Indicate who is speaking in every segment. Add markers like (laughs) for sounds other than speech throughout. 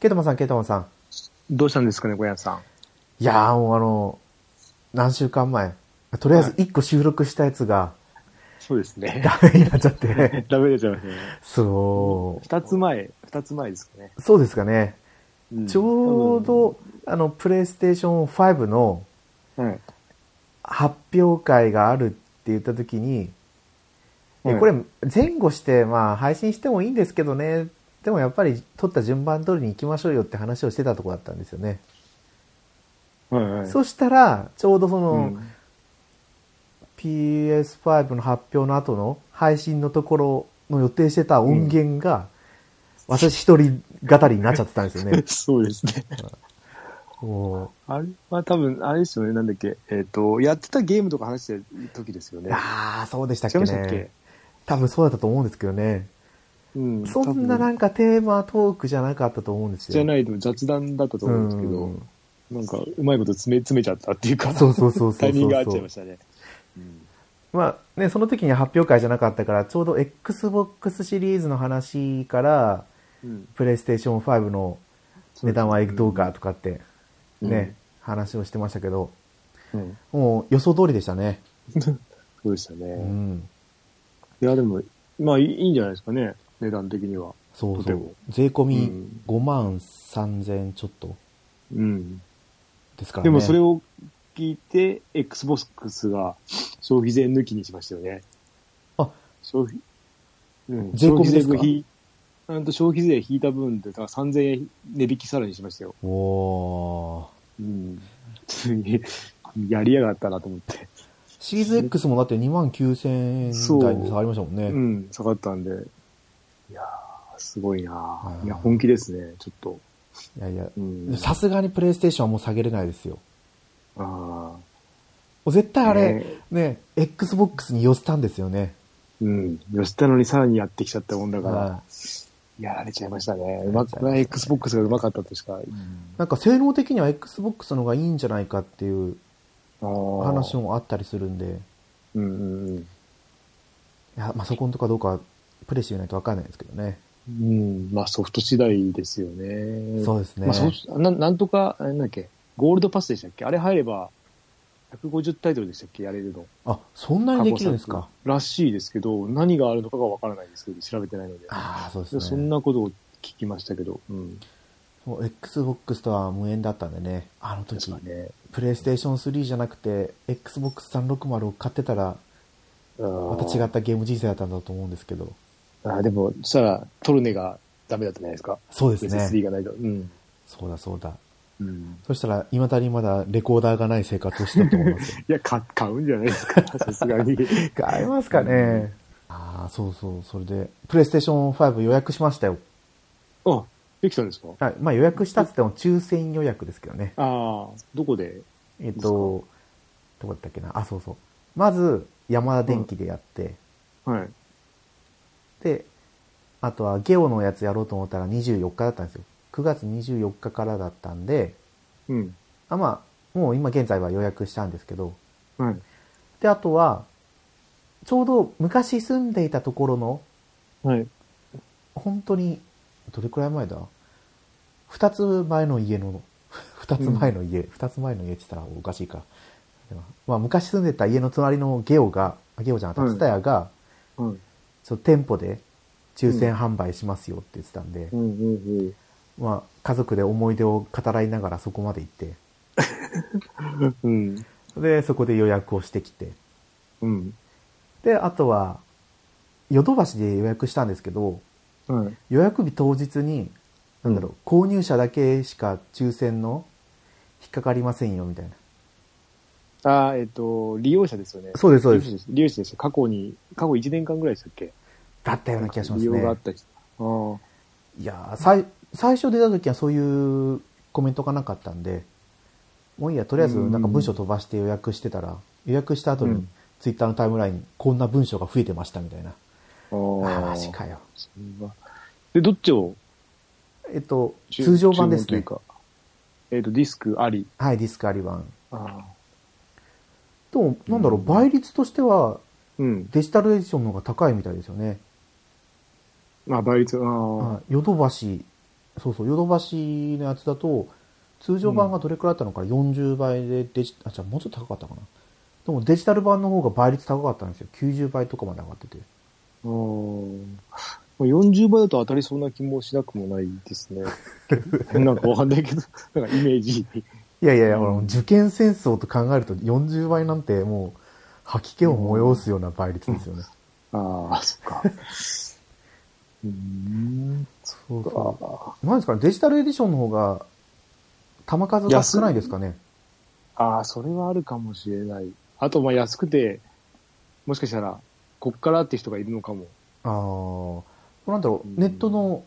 Speaker 1: ケイトマンさん、ケイトマンさん。
Speaker 2: どうしたんですかね、小屋さん。
Speaker 1: いやー、もうあの、何週間前。とりあえず一個収録したやつが、 (laughs)
Speaker 2: そうですね。 (laughs)
Speaker 1: ダメになっちゃって。
Speaker 2: ダメですよね。
Speaker 1: そ
Speaker 2: 二つ前、二つ前ですかね。
Speaker 1: う。そうですかね。
Speaker 2: うん
Speaker 1: ちょう、ど、あの、プレイステーション5の
Speaker 2: 多分はい。
Speaker 1: 発表会があるって言った時に、え
Speaker 2: はい
Speaker 1: これ前後して、まあ、配信してもいいんですけどね。でもやっぱり撮った順番通りに行きましょうよって話をしてたとこだったんですよね。
Speaker 2: はいはい。
Speaker 1: そしたら、ちょうどその、
Speaker 2: うん。。
Speaker 1: PS5 の発表の後の配信のところの予定してた音源が、私一人語りになっちゃってたんですよね
Speaker 2: (laughs) そうですね。
Speaker 1: も
Speaker 2: あれは多分、あれですよね、なんだっけ。えっ、と、やってたゲームとか話してる時ですよ
Speaker 1: う
Speaker 2: ね。
Speaker 1: ああ、そうでしたっ
Speaker 2: 違
Speaker 1: け
Speaker 2: いましたっけ
Speaker 1: ね。多分そうだったと思うんですけどね。
Speaker 2: うん。
Speaker 1: そんななんんかテーマトークじゃなかったと思うんですよ。
Speaker 2: じゃないいと雑談だったと思うんですけど、なんか、うまいこと詰め、詰めちゃったっていうか、
Speaker 1: そうそうそうそうそうそう
Speaker 2: タイミングが合っちゃいましたね。うん
Speaker 1: まあね、その時に発表会じゃなかったから、ちょうど Xbox シリーズの話から、
Speaker 2: うん。
Speaker 1: プレイステーション5の値段はどうかとかって、ね、
Speaker 2: うん
Speaker 1: 話をしてましたけど、
Speaker 2: うん。
Speaker 1: もう予想通りでしたね。
Speaker 2: そうでしたね。
Speaker 1: うん。
Speaker 2: いや、でも、まあ、いいいいんじゃないですかね。値段的には。
Speaker 1: そう
Speaker 2: と
Speaker 1: そ
Speaker 2: ても
Speaker 1: う。税込み
Speaker 2: うん
Speaker 1: 5万3000ちょっと
Speaker 2: うん。
Speaker 1: ですからね。
Speaker 2: でもそれを聞いて、Xbox が消費税抜きにしましたよね。
Speaker 1: あ、
Speaker 2: 消費、うん、
Speaker 1: 税込みですか
Speaker 2: 消費税引いうんと消費税引いた分で、だから3000円値引きさらにしましたよ。
Speaker 1: おー
Speaker 2: うん。ついに、やりやがったなと思って。
Speaker 1: シリーズ X もだって2万9000円台に下がりましたもんね。
Speaker 2: うん、下がったんで。いやー、すごいな
Speaker 1: は
Speaker 2: ー
Speaker 1: い
Speaker 2: いや、本気ですね、ちょっと。
Speaker 1: いやいや
Speaker 2: う。ん。
Speaker 1: さすがにプレイステーションはもう下げれないですよ。
Speaker 2: あ
Speaker 1: 絶対あれ、
Speaker 2: ね
Speaker 1: ね XBOX に寄せたんですよね。
Speaker 2: ーうん。吉田のにさらにやってきちゃったもんだから。
Speaker 1: はい
Speaker 2: やられちゃいましたね。うまく、まあ Xbox がうまかったとしか。
Speaker 1: なんか性能的には XBOX の方がいいんじゃないかっていう話
Speaker 2: 話。
Speaker 1: もあったりするんで、い
Speaker 2: うんうん
Speaker 1: や、まあ、そこんとかどうかプレイしてみないとわかんないですけどね。
Speaker 2: うん。うん。まあソフト次第ですよね。
Speaker 1: そうですね。
Speaker 2: まあソフト、なんなんとか、あれなんだっけ、ゴールドパスでしたっけあれ入れば、150タイトルでしたっけやれるの。
Speaker 1: あ、そんなにできるんです
Speaker 2: 過去
Speaker 1: か。
Speaker 2: 作らしいですけど、何があるのかがわからないですけど、調べてないので。
Speaker 1: ああ、そうです
Speaker 2: で
Speaker 1: ね。
Speaker 2: そんなことを聞きましたけど、うん。
Speaker 1: もう Xbox とは無縁だったんでね、あの時
Speaker 2: 確、かね。
Speaker 1: プレイステーション3じゃなくて、Xbox360 を買ってたら、ま
Speaker 2: ま
Speaker 1: た違ったゲーム人生だったんだと思うんですけど、
Speaker 2: あーでも、そしたら、トルネがダメだったじゃないですか。
Speaker 1: そうですね。
Speaker 2: SSD がないと。うん。
Speaker 1: そうだそうだ。
Speaker 2: うん。
Speaker 1: そしたら、未だにまだレコーダーがない生活をしてたと思いますよ。
Speaker 2: いや、か買うんじゃないですか、さすがに。
Speaker 1: (laughs) 買えますかねああ、そうそう、それで、プレイステーション5予約しましたよ。
Speaker 2: あ、できたんですかあ
Speaker 1: はい。まあ予約したって言っても抽選予約ですけどね。
Speaker 2: あー、どこで
Speaker 1: えっ、と、どこだったっけな。あ、そうそう。まず、山田電機でやって、
Speaker 2: はい。
Speaker 1: で、あとはゲオのやつやろうと思ったら24日だったんですよ。9月24日からだったんで、
Speaker 2: うん。
Speaker 1: あまあ、もう今現在は予約したんですけど、
Speaker 2: はい。
Speaker 1: で、あとは、ちょうど昔住んでいたところの、
Speaker 2: はい。
Speaker 1: 本当に、どれくらい前だ二つ前の家の、 (laughs) 二つ前の家、二、つ前の家って言ったらおかしいか。でもまあ、昔住んでた家の隣のゲオが、あゲオじゃなかった、ツタヤが、
Speaker 2: はい。
Speaker 1: その店舗で抽選販売しますよって言ってたんで、
Speaker 2: うんうんうん。
Speaker 1: まあ、家族で思い出を語らいながらそこまで行って、
Speaker 2: うん。
Speaker 1: で、そこで予約をしてきて、
Speaker 2: うん。
Speaker 1: で、あとは、ヨドバシで予約したんですけど、
Speaker 2: はい。
Speaker 1: 予約日当日に、なんだろう、購入者だけしか抽選の引っかかりませんよ、みたいな。
Speaker 2: ああ、えっ、と、利用者ですよね。
Speaker 1: そうです、そうで
Speaker 2: 利用
Speaker 1: す。
Speaker 2: 者。利用者ですよ。過去に、過去1年間ぐらいでしたっけ
Speaker 1: だったような気がしま
Speaker 2: 利
Speaker 1: す
Speaker 2: 用があ
Speaker 1: ね
Speaker 2: っ。た人。ああ。
Speaker 1: いやー最、最初出た時はそういうコメントがなかったんで、もういいや、とりあえずなんか文章飛ばして予約してたら、予約した後
Speaker 2: う
Speaker 1: に
Speaker 2: ん、
Speaker 1: ツイッターのタイムラインにこんな文章が増えてました、みたいな。
Speaker 2: あ
Speaker 1: あ
Speaker 2: あ。
Speaker 1: マジかよ。
Speaker 2: それは。で、どっちを
Speaker 1: えっと、通常版です
Speaker 2: 注文
Speaker 1: ね
Speaker 2: とい。うか。えっ、と、ディスクあり。
Speaker 1: はい、ディスカリ版。
Speaker 2: ああ。
Speaker 1: でも、なんだろ
Speaker 2: う
Speaker 1: う、
Speaker 2: ん
Speaker 1: 倍率としては
Speaker 2: うん。
Speaker 1: デジタルエディションの方が高いみたいですよね。
Speaker 2: まあ、倍率、ああ。
Speaker 1: はいヨドバシそうそう、ヨドバシのやつだと、通常版がどれくらいあったのか、40倍でデジ、あ、じゃあもうちょっと高かったかな。でもデジタル版の方が倍率高かったんですよ。90倍とかまで上がってて。
Speaker 2: うーん。まあ40倍だと当たりそうな気もしなくもないです
Speaker 1: (laughs)
Speaker 2: ね。なんかわかんないけど、なんかイメージ。
Speaker 1: いやいやいや、
Speaker 2: うん
Speaker 1: ほら受験戦争と考えると40倍なんてもう、吐き気を催すような倍率ですよね。
Speaker 2: ああ、そっか。うーん。
Speaker 1: そう
Speaker 2: あ
Speaker 1: そ
Speaker 2: あ
Speaker 1: う。なんですかね、デジタルエディションの方が、玉数が少ないですかね。
Speaker 2: ああ、それはあるかもしれない。あと、まあ、安くて、もしかしたら、こっからって人がいるのかも。
Speaker 1: ああ、これなんだろう
Speaker 2: う、ん
Speaker 1: ネットの、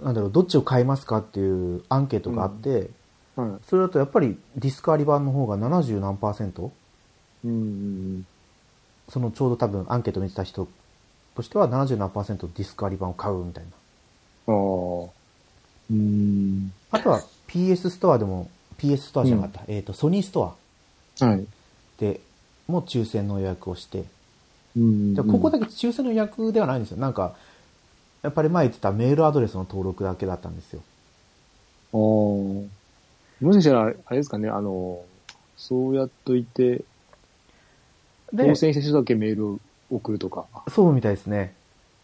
Speaker 1: なんだろう、どっちを買いますかっていうアンケートがあって、
Speaker 2: うん。
Speaker 1: それだとやっぱりディスカーリ版の方が70何パーセント
Speaker 2: うんうん
Speaker 1: そのちょうど多分アンケートにした人としては70何パーセントディスカーリ版を買うみたいな。
Speaker 2: うん。ああ。うーん。
Speaker 1: あとは PS ストアでも、PS ストアじゃなかった、えっ、と、ソニーストア
Speaker 2: はい。
Speaker 1: でも抽選の予約をして、
Speaker 2: うん。
Speaker 1: でここだ
Speaker 2: だ
Speaker 1: け抽選の予約ではないんですよ。なんか、やっぱり前言ってたメールアドレスの登録だけだったんですよ。
Speaker 2: ああ。もしかしたら、あれですかね、あの、そうやっといて、
Speaker 1: で
Speaker 2: 当、選した人だけメールを送るとか。
Speaker 1: そうみたいですね。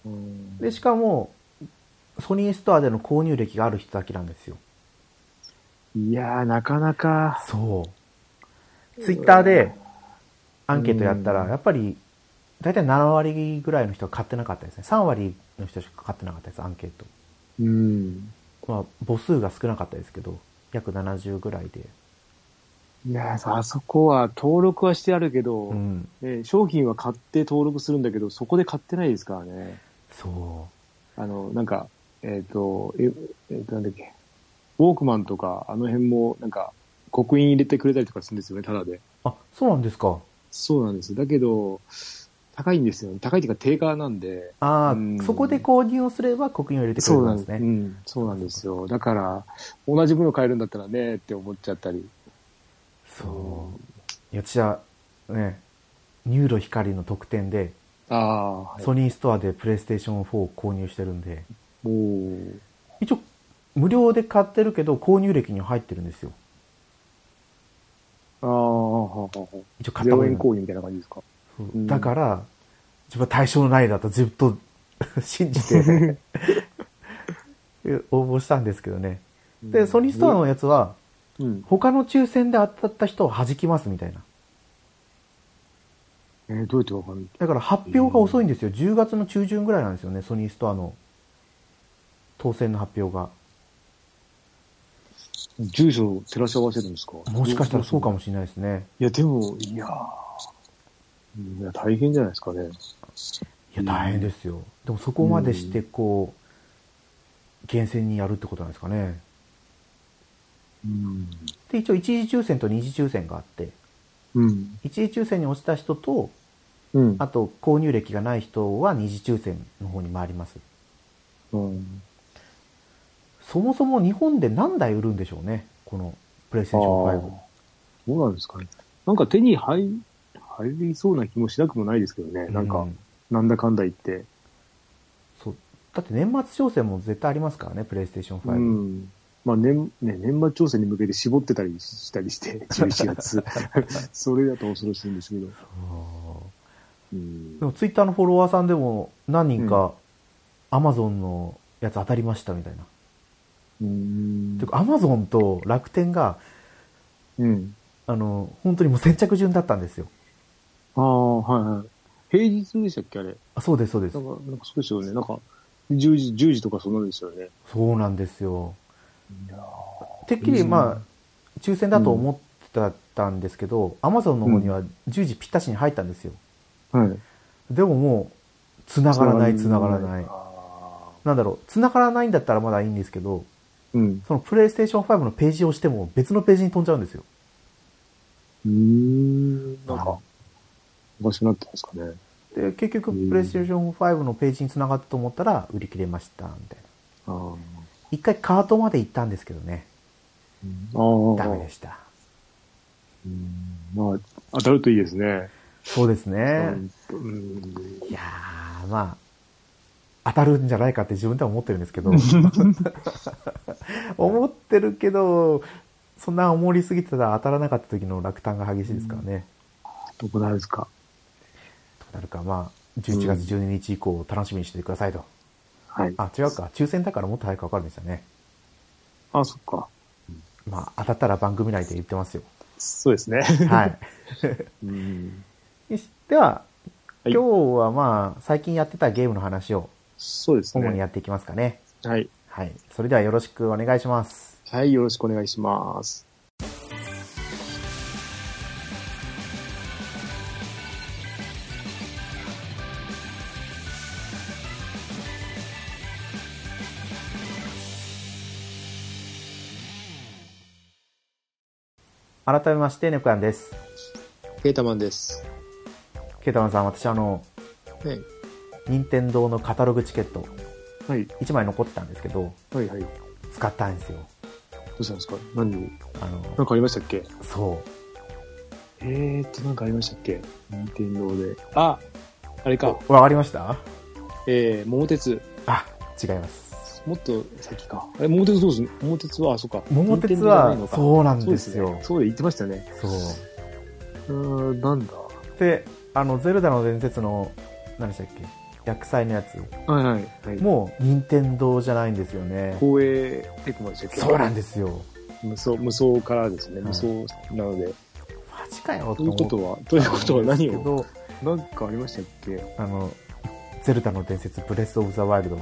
Speaker 2: うん
Speaker 1: で、しかも、ソニーストアでの購入歴がある人だけなんですよ。
Speaker 2: いやー、なかなか。
Speaker 1: そう。ツイッターでアンケートやった
Speaker 2: う
Speaker 1: ら、
Speaker 2: ん
Speaker 1: やっぱり、だいたい7割ぐらいの人が買ってなかったですね。3割の人しか買ってなかったです、アンケート。
Speaker 2: うん。
Speaker 1: まあ、母数が少なかったですけど、約70ぐらいで。
Speaker 2: いやー、あそこは登録はしてあるけど、
Speaker 1: うん。
Speaker 2: ね、商品は買って登録するんだけど、そこで買ってないですからね。
Speaker 1: そ
Speaker 2: あの、なんか、えっ、と、えっ、えーと、なんだっけ、ウォークマンとか、あの辺も、なんか、刻印入れてくれたりとかするんですよね、ただで。
Speaker 1: う。あ、そうなんですか。
Speaker 2: そうなんですよ。だけど、高いんですよね。高いっていうか、定価なんで。
Speaker 1: あ
Speaker 2: う
Speaker 1: あ、
Speaker 2: ん
Speaker 1: そこで購入をすれば刻印を入れてくれ
Speaker 2: そう
Speaker 1: る
Speaker 2: なんん
Speaker 1: で
Speaker 2: ですす
Speaker 1: ね。
Speaker 2: ね。うん、そうなんですよ。だから、同じもの買えるんだったらね、って思っちゃったり。
Speaker 1: そう。いや、私は、ね、ニューロ光の特典で、
Speaker 2: ああ、はい、
Speaker 1: ソニーストアでプレイステーション4を購入してるんで、
Speaker 2: おー
Speaker 1: 一応、無料で買ってるけど、購入歴には入ってるんですよ。
Speaker 2: ああ、はあはあは
Speaker 1: 一応
Speaker 2: あ。
Speaker 1: 買った方
Speaker 2: 0
Speaker 1: がいい
Speaker 2: 円
Speaker 1: の
Speaker 2: 購入みたいな感じで
Speaker 1: (laughs)
Speaker 2: すか。
Speaker 1: そう
Speaker 2: うん
Speaker 1: だから、自分は対象のないだとずっと (laughs) 信じ (laughs) て応募したんですけどね。で、ソニーストアのやつは、
Speaker 2: うん。
Speaker 1: 他の抽選で当たった人を弾きますみたいな。
Speaker 2: えーどうやってわかる
Speaker 1: だから発表が遅いんですよ。10月の中旬ぐらいなんですよね、ソニーストアの当選の発表が。
Speaker 2: 住所を照らし合わせるんですか
Speaker 1: もしかしたらそうか
Speaker 2: も。
Speaker 1: もしれないですね。
Speaker 2: いや、でも、いやーうんいや、大変じゃないですかね。
Speaker 1: いや、大変ですよ。でもそこまでして、こう、厳選にやるってことなんですかね。
Speaker 2: うん。
Speaker 1: で、一応、一次抽選と二次抽選があって、
Speaker 2: うん。
Speaker 1: 一次抽選に落ちた人と、
Speaker 2: うん。
Speaker 1: あと、購入歴がない人は二次抽選の方に回ります。
Speaker 2: うん、
Speaker 1: そもそも日本で何台売るんでしょうね、このプレイステーション5
Speaker 2: あー。そうなんですかね。なんか手に入入りそうな気もしなくもないですけどね。なんか、
Speaker 1: う
Speaker 2: なんだかんだ言って。
Speaker 1: そう。だって年末商戦も絶対ありますからね、プレイステーション
Speaker 2: う
Speaker 1: 5。
Speaker 2: ん。まあ年、ね、年末調整に向けて絞ってたりしたりして、11月。
Speaker 1: (laughs)
Speaker 2: (laughs) それだと恐ろしいんですけど。
Speaker 1: そう
Speaker 2: うん
Speaker 1: でも、ツイッターのフォロワーさんでも何人か、アマゾンのやつ当たりましたみたいな。
Speaker 2: うん
Speaker 1: てか、アマゾンと楽天が、
Speaker 2: うん。
Speaker 1: あの、本当にもう先着順だったんですよ。
Speaker 2: ああ、はいはい。平日でしたっけあれ。
Speaker 1: あそうです、そうです
Speaker 2: なん。か、なんかそうですよね。なんか、10時、10時とかそんなんですよね。
Speaker 1: そうなんですよ。
Speaker 2: いや
Speaker 1: てっきり、
Speaker 2: うん
Speaker 1: まあ、抽選だと思ってたんですけど、アマゾンの方には10時ぴったしに入ったんですよ。
Speaker 2: はい。
Speaker 1: でももう、繋がらない、繋がら
Speaker 2: 繋
Speaker 1: ない。
Speaker 2: あ
Speaker 1: なんだろう、繋がらないんだったらまだいいんですけど、
Speaker 2: ーうん。
Speaker 1: そのプレイステーション5のページを押しても別のページに飛んじゃうんですよ。
Speaker 2: うーん。なん
Speaker 1: は
Speaker 2: か、おかしくなってますかね。
Speaker 1: で、結局
Speaker 2: うん
Speaker 1: プレイステーション5のページに繋がったと思ったら売り切れました、みたいな。
Speaker 2: あー
Speaker 1: 一回カートまで行ったんですけどね、
Speaker 2: あー。
Speaker 1: ダメでした。
Speaker 2: うんまあ、当たるといいですね。
Speaker 1: そうですね。
Speaker 2: うん。
Speaker 1: いやー、まあ、当たるんじゃないかって自分では思ってるんです
Speaker 2: (laughs)
Speaker 1: けど、思ってるけど、そんな思りすぎてたら当たらなかった時の落胆が激しいですからね。
Speaker 2: どこなんですか。
Speaker 1: となるか、まあ、11月12日以降楽しみにしててくださいと。
Speaker 2: はい。
Speaker 1: あ、違うか。抽選だからもっと早くわかるんですよね。
Speaker 2: あ、そっか。
Speaker 1: まあ、当たったら番組内で言って (laughs) ますよ。
Speaker 2: そうですね。
Speaker 1: はい。
Speaker 2: うん
Speaker 1: よしでは、
Speaker 2: はい
Speaker 1: 今日はまあ、最近やってたゲームの話を
Speaker 2: そうで
Speaker 1: 主
Speaker 2: す
Speaker 1: にや
Speaker 2: ね。
Speaker 1: っていきますかね。
Speaker 2: はい。
Speaker 1: はい。それではよろしくお願いします。
Speaker 2: はい、よろしくお願いします。
Speaker 1: 改めまして、ネコヤンです。
Speaker 2: ケータマンです。
Speaker 1: ケイタマンさん、私あの、
Speaker 2: はい。
Speaker 1: 任天堂のカタログチケット、
Speaker 2: はい。
Speaker 1: 1枚残ってたんですけど、
Speaker 2: はい、はい。ど
Speaker 1: 使ったんですよ。
Speaker 2: うしたんですか何を
Speaker 1: あ
Speaker 2: な
Speaker 1: の、
Speaker 2: んかありましたっけ
Speaker 1: そう。
Speaker 2: えーっと、なんかありましたっけ任天堂で。あ、あれか。
Speaker 1: わかりました
Speaker 2: えー、桃鉄。
Speaker 1: あ、違います。
Speaker 2: もっと先か。え、桃鉄どうすん桃鉄は、あ、そっか。
Speaker 1: 桃鉄
Speaker 2: 任天堂じゃない
Speaker 1: は
Speaker 2: の、か
Speaker 1: そうなん
Speaker 2: そう
Speaker 1: で
Speaker 2: ですすよ
Speaker 1: よ。。
Speaker 2: そうで言ってましたよね。
Speaker 1: そう
Speaker 2: うーん、なんだ。
Speaker 1: で、あの、ゼルダの伝説の、何でしたっけ薬剤のやつ。
Speaker 2: はいはい。はい、
Speaker 1: もう、任天堂じゃないんですよね。
Speaker 2: 公営テクマでしたっけ
Speaker 1: そうなんですよ。
Speaker 2: 無双、無双からですね。
Speaker 1: い
Speaker 2: 無双なので。
Speaker 1: マジかよ
Speaker 2: ということ
Speaker 1: は、
Speaker 2: は、ということは (laughs) 何
Speaker 1: け
Speaker 2: を
Speaker 1: ど、
Speaker 2: なんかありましたっけ
Speaker 1: あの、ゼルダの伝説、ブレス・オブ・ザ・ワイルドを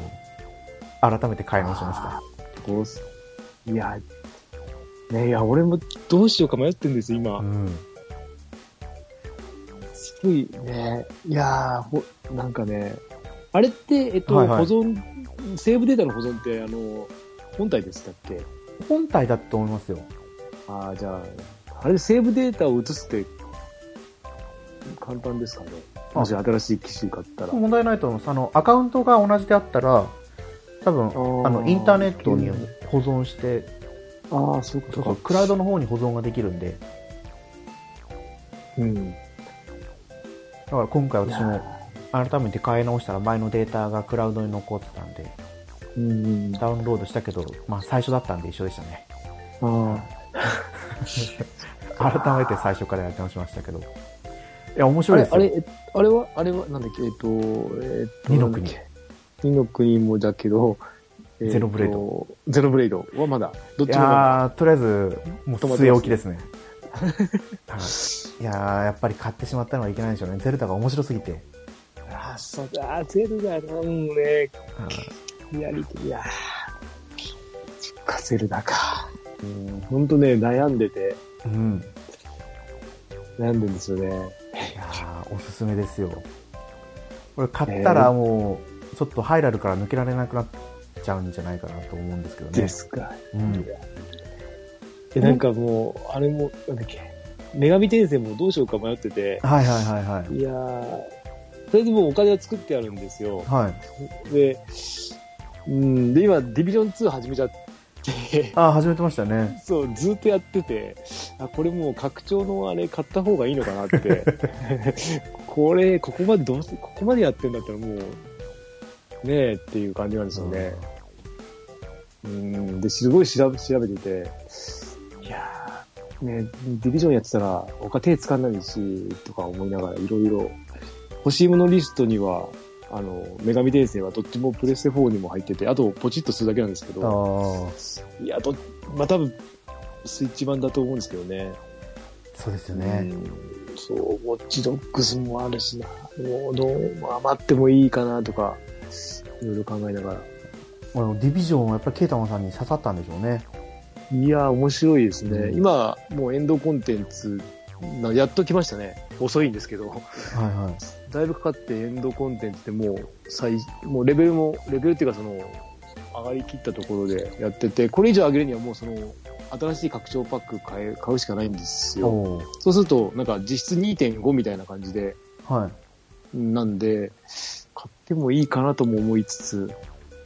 Speaker 1: 改めて買い直しました。
Speaker 2: どうすいや、ねいや、俺もどうしようか迷ってるんですよ、今。
Speaker 1: うん。
Speaker 2: すごいね、いやーほ、なんかね、あれって、えっと、
Speaker 1: はいはい
Speaker 2: 保存、セーブデータの保存って、あの、本体でしたっけ
Speaker 1: 本体だと思いますよ。
Speaker 2: ああ、じゃあ、あれでセーブデータを移すって、簡単ですかね。
Speaker 1: あ
Speaker 2: もし新しい機種買ったら。
Speaker 1: 問題ないと思います。あの、アカウントが同じであったら、多分、
Speaker 2: ー
Speaker 1: あの、インターネットに保存して、
Speaker 2: ああ、そういうこ
Speaker 1: そ
Speaker 2: と
Speaker 1: う
Speaker 2: か。
Speaker 1: そう、クラウドの方に保存ができるんで、
Speaker 2: うん。
Speaker 1: だから今回
Speaker 2: いや
Speaker 1: 私も改めて買い直したら前のデータがクラウドに残ってたんで、
Speaker 2: ーうん。あ
Speaker 1: ダウンロードしたけど、まあ最初だったんで一緒でしたね。
Speaker 2: あ、
Speaker 1: 改めて最初からやり直しましたけど。いや、面
Speaker 2: あ
Speaker 1: 白い
Speaker 2: れ
Speaker 1: で、す
Speaker 2: あ
Speaker 1: よ。
Speaker 2: れ、えあれは、あれは、なんだっけ、えっと、えっと、
Speaker 1: 二の国
Speaker 2: なんだっけ。二の国もだけど、えっと
Speaker 1: ゼロブレイド。
Speaker 2: ゼロブレイドはまだ、どっ
Speaker 1: い
Speaker 2: ちもまだ。
Speaker 1: やー、とりあえず、もう据え置きですね。はいいやー、やっぱり買ってしまったのはいけないでしょうね。ゼルダが面白すぎて。
Speaker 2: あーそうだ、あーゼルダな、もうね、
Speaker 1: う
Speaker 2: やりきりや。そっか、ゼルダか。うん、ほんとね、悩んでて、
Speaker 1: んうん。
Speaker 2: 悩んでるんですよね。
Speaker 1: いやー、おすすめですよ。これ買ったらもう、ちょっとハイラルから抜けられなくなっちゃうんじゃないかなと思うんですけどね。
Speaker 2: ですか。
Speaker 1: うん。
Speaker 2: で、なんかもう、あれも、なんだっけ、女神転生もどうしようか迷ってて、
Speaker 1: はいはいはいはい。
Speaker 2: いやー、とりあえずもうお金は作ってあるんですよ。
Speaker 1: はい。
Speaker 2: で、うん、で、今、ディビジョン2始めちゃって、
Speaker 1: あー、始めてましたね。
Speaker 2: そう、ずっとやってて、あ、これもう拡張のあれ買った方がいいのかなって。 (laughs) これ、ここまでどうせ、ここまでやってんだったらもう、ねえっていう感じなんですよね。うん、で、すごい調べ、調べてて、いやーねディビジョンやってたら他手つかないし、とか思いながらいろいろ、欲しいものリストには、あの、女神転生はどっちもプレステ4にも入ってて、あとポチッとするだけなんですけど、
Speaker 1: あー、
Speaker 2: いや、ど、まあ、多分、スイッチ版だと思うんですけどね。
Speaker 1: そうですよね。
Speaker 2: うんそう、ウォッチドッグスもあるしな。もう、どう、まあ待ってもいいかなとか、いろいろ考えなが
Speaker 1: あのディビジョンはやっぱりケイタマンさんに刺さったんでしょうね。
Speaker 2: ら。いや、面白いですね。
Speaker 1: うん
Speaker 2: 今、もうエンドコンテンツ、なやっと来ましたね。遅いんですけど。 (laughs)
Speaker 1: はいはい。
Speaker 2: だいぶかかってエンドコンテンツってもう最、もうレベルも、レベルっていうかその、上がりきったところでやってて、これ以上上げるにはもうその、新しい拡張パック買え、買うしかないんですよ。
Speaker 1: おー
Speaker 2: そうすると、なんか実質2.5みたいな感じで、
Speaker 1: はい。
Speaker 2: なんで、買ってもいいかなとも思いつつ、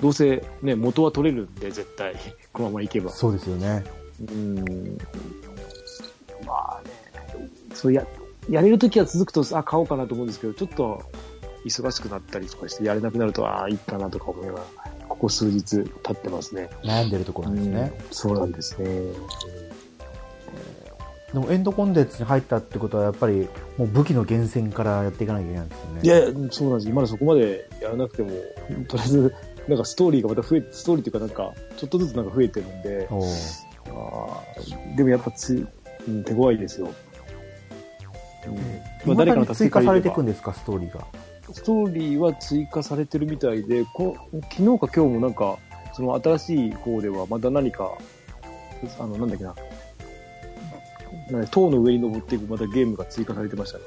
Speaker 2: どうせね、元は取れるんで、絶対。 (laughs) このままいけば。
Speaker 1: そうですよね。
Speaker 2: うん。まあね、そうや、やれるときは続くと、あ、買おうかなと思うんですけど、ちょっと、忙しくなったりとかして、やれなくなると、ああ、いっかなとか思いながら、ここ数日経ってますね。
Speaker 1: 悩んでるところなんですね。
Speaker 2: うんそうなんですね。
Speaker 1: でもエンドコンテンツに入ったってことは、やっぱりもう武器の源泉からやっていかなきゃいけないんですよね。
Speaker 2: いやいや、そうなんです。まだそこまでやらなくても、とりあえず、なんかストーリーがまた増え、ストーリーっていうかなんか、ちょっとずつなんか増えてるんで、
Speaker 1: おう
Speaker 2: あーでもやっぱつ、うん、手強いですよ。うんまあ
Speaker 1: 未だに
Speaker 2: 助
Speaker 1: 追
Speaker 2: けが
Speaker 1: 加
Speaker 2: い
Speaker 1: され
Speaker 2: れば
Speaker 1: ていくんですか、ストーリーが。
Speaker 2: ストーリーは追加されてるみたいで、こ昨日か今日もなんか、その新しい方ではまた何か、あの、なんだっけな、なんだ塔の上に登っていくまたゲームが追加されてましたね。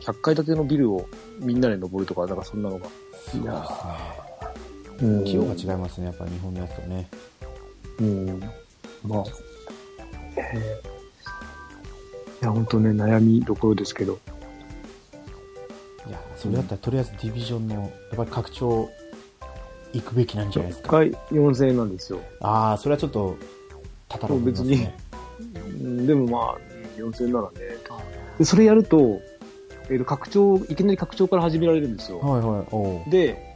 Speaker 2: 100階建てのビルをみんなで登るとか、なんかそんなのが。いやー
Speaker 1: 規模が違いますね、やっぱり日本のやつとね。
Speaker 2: うん。まあ、えーいや、本当ね、悩みどころですけど。
Speaker 1: いや、それだったらとりあえずディビジョンの、やっぱり拡張行くべきなんじゃないです
Speaker 2: 1
Speaker 1: か。
Speaker 2: 回4000円なんですよ。
Speaker 1: ああ、それはちょっと、たたろうと思います
Speaker 2: そう
Speaker 1: ね。
Speaker 2: うんでもまあ、4000ならね。で、それやると、えっ、と、拡張、いきなり拡張から始められるんですよ。
Speaker 1: はいはい、おう
Speaker 2: で、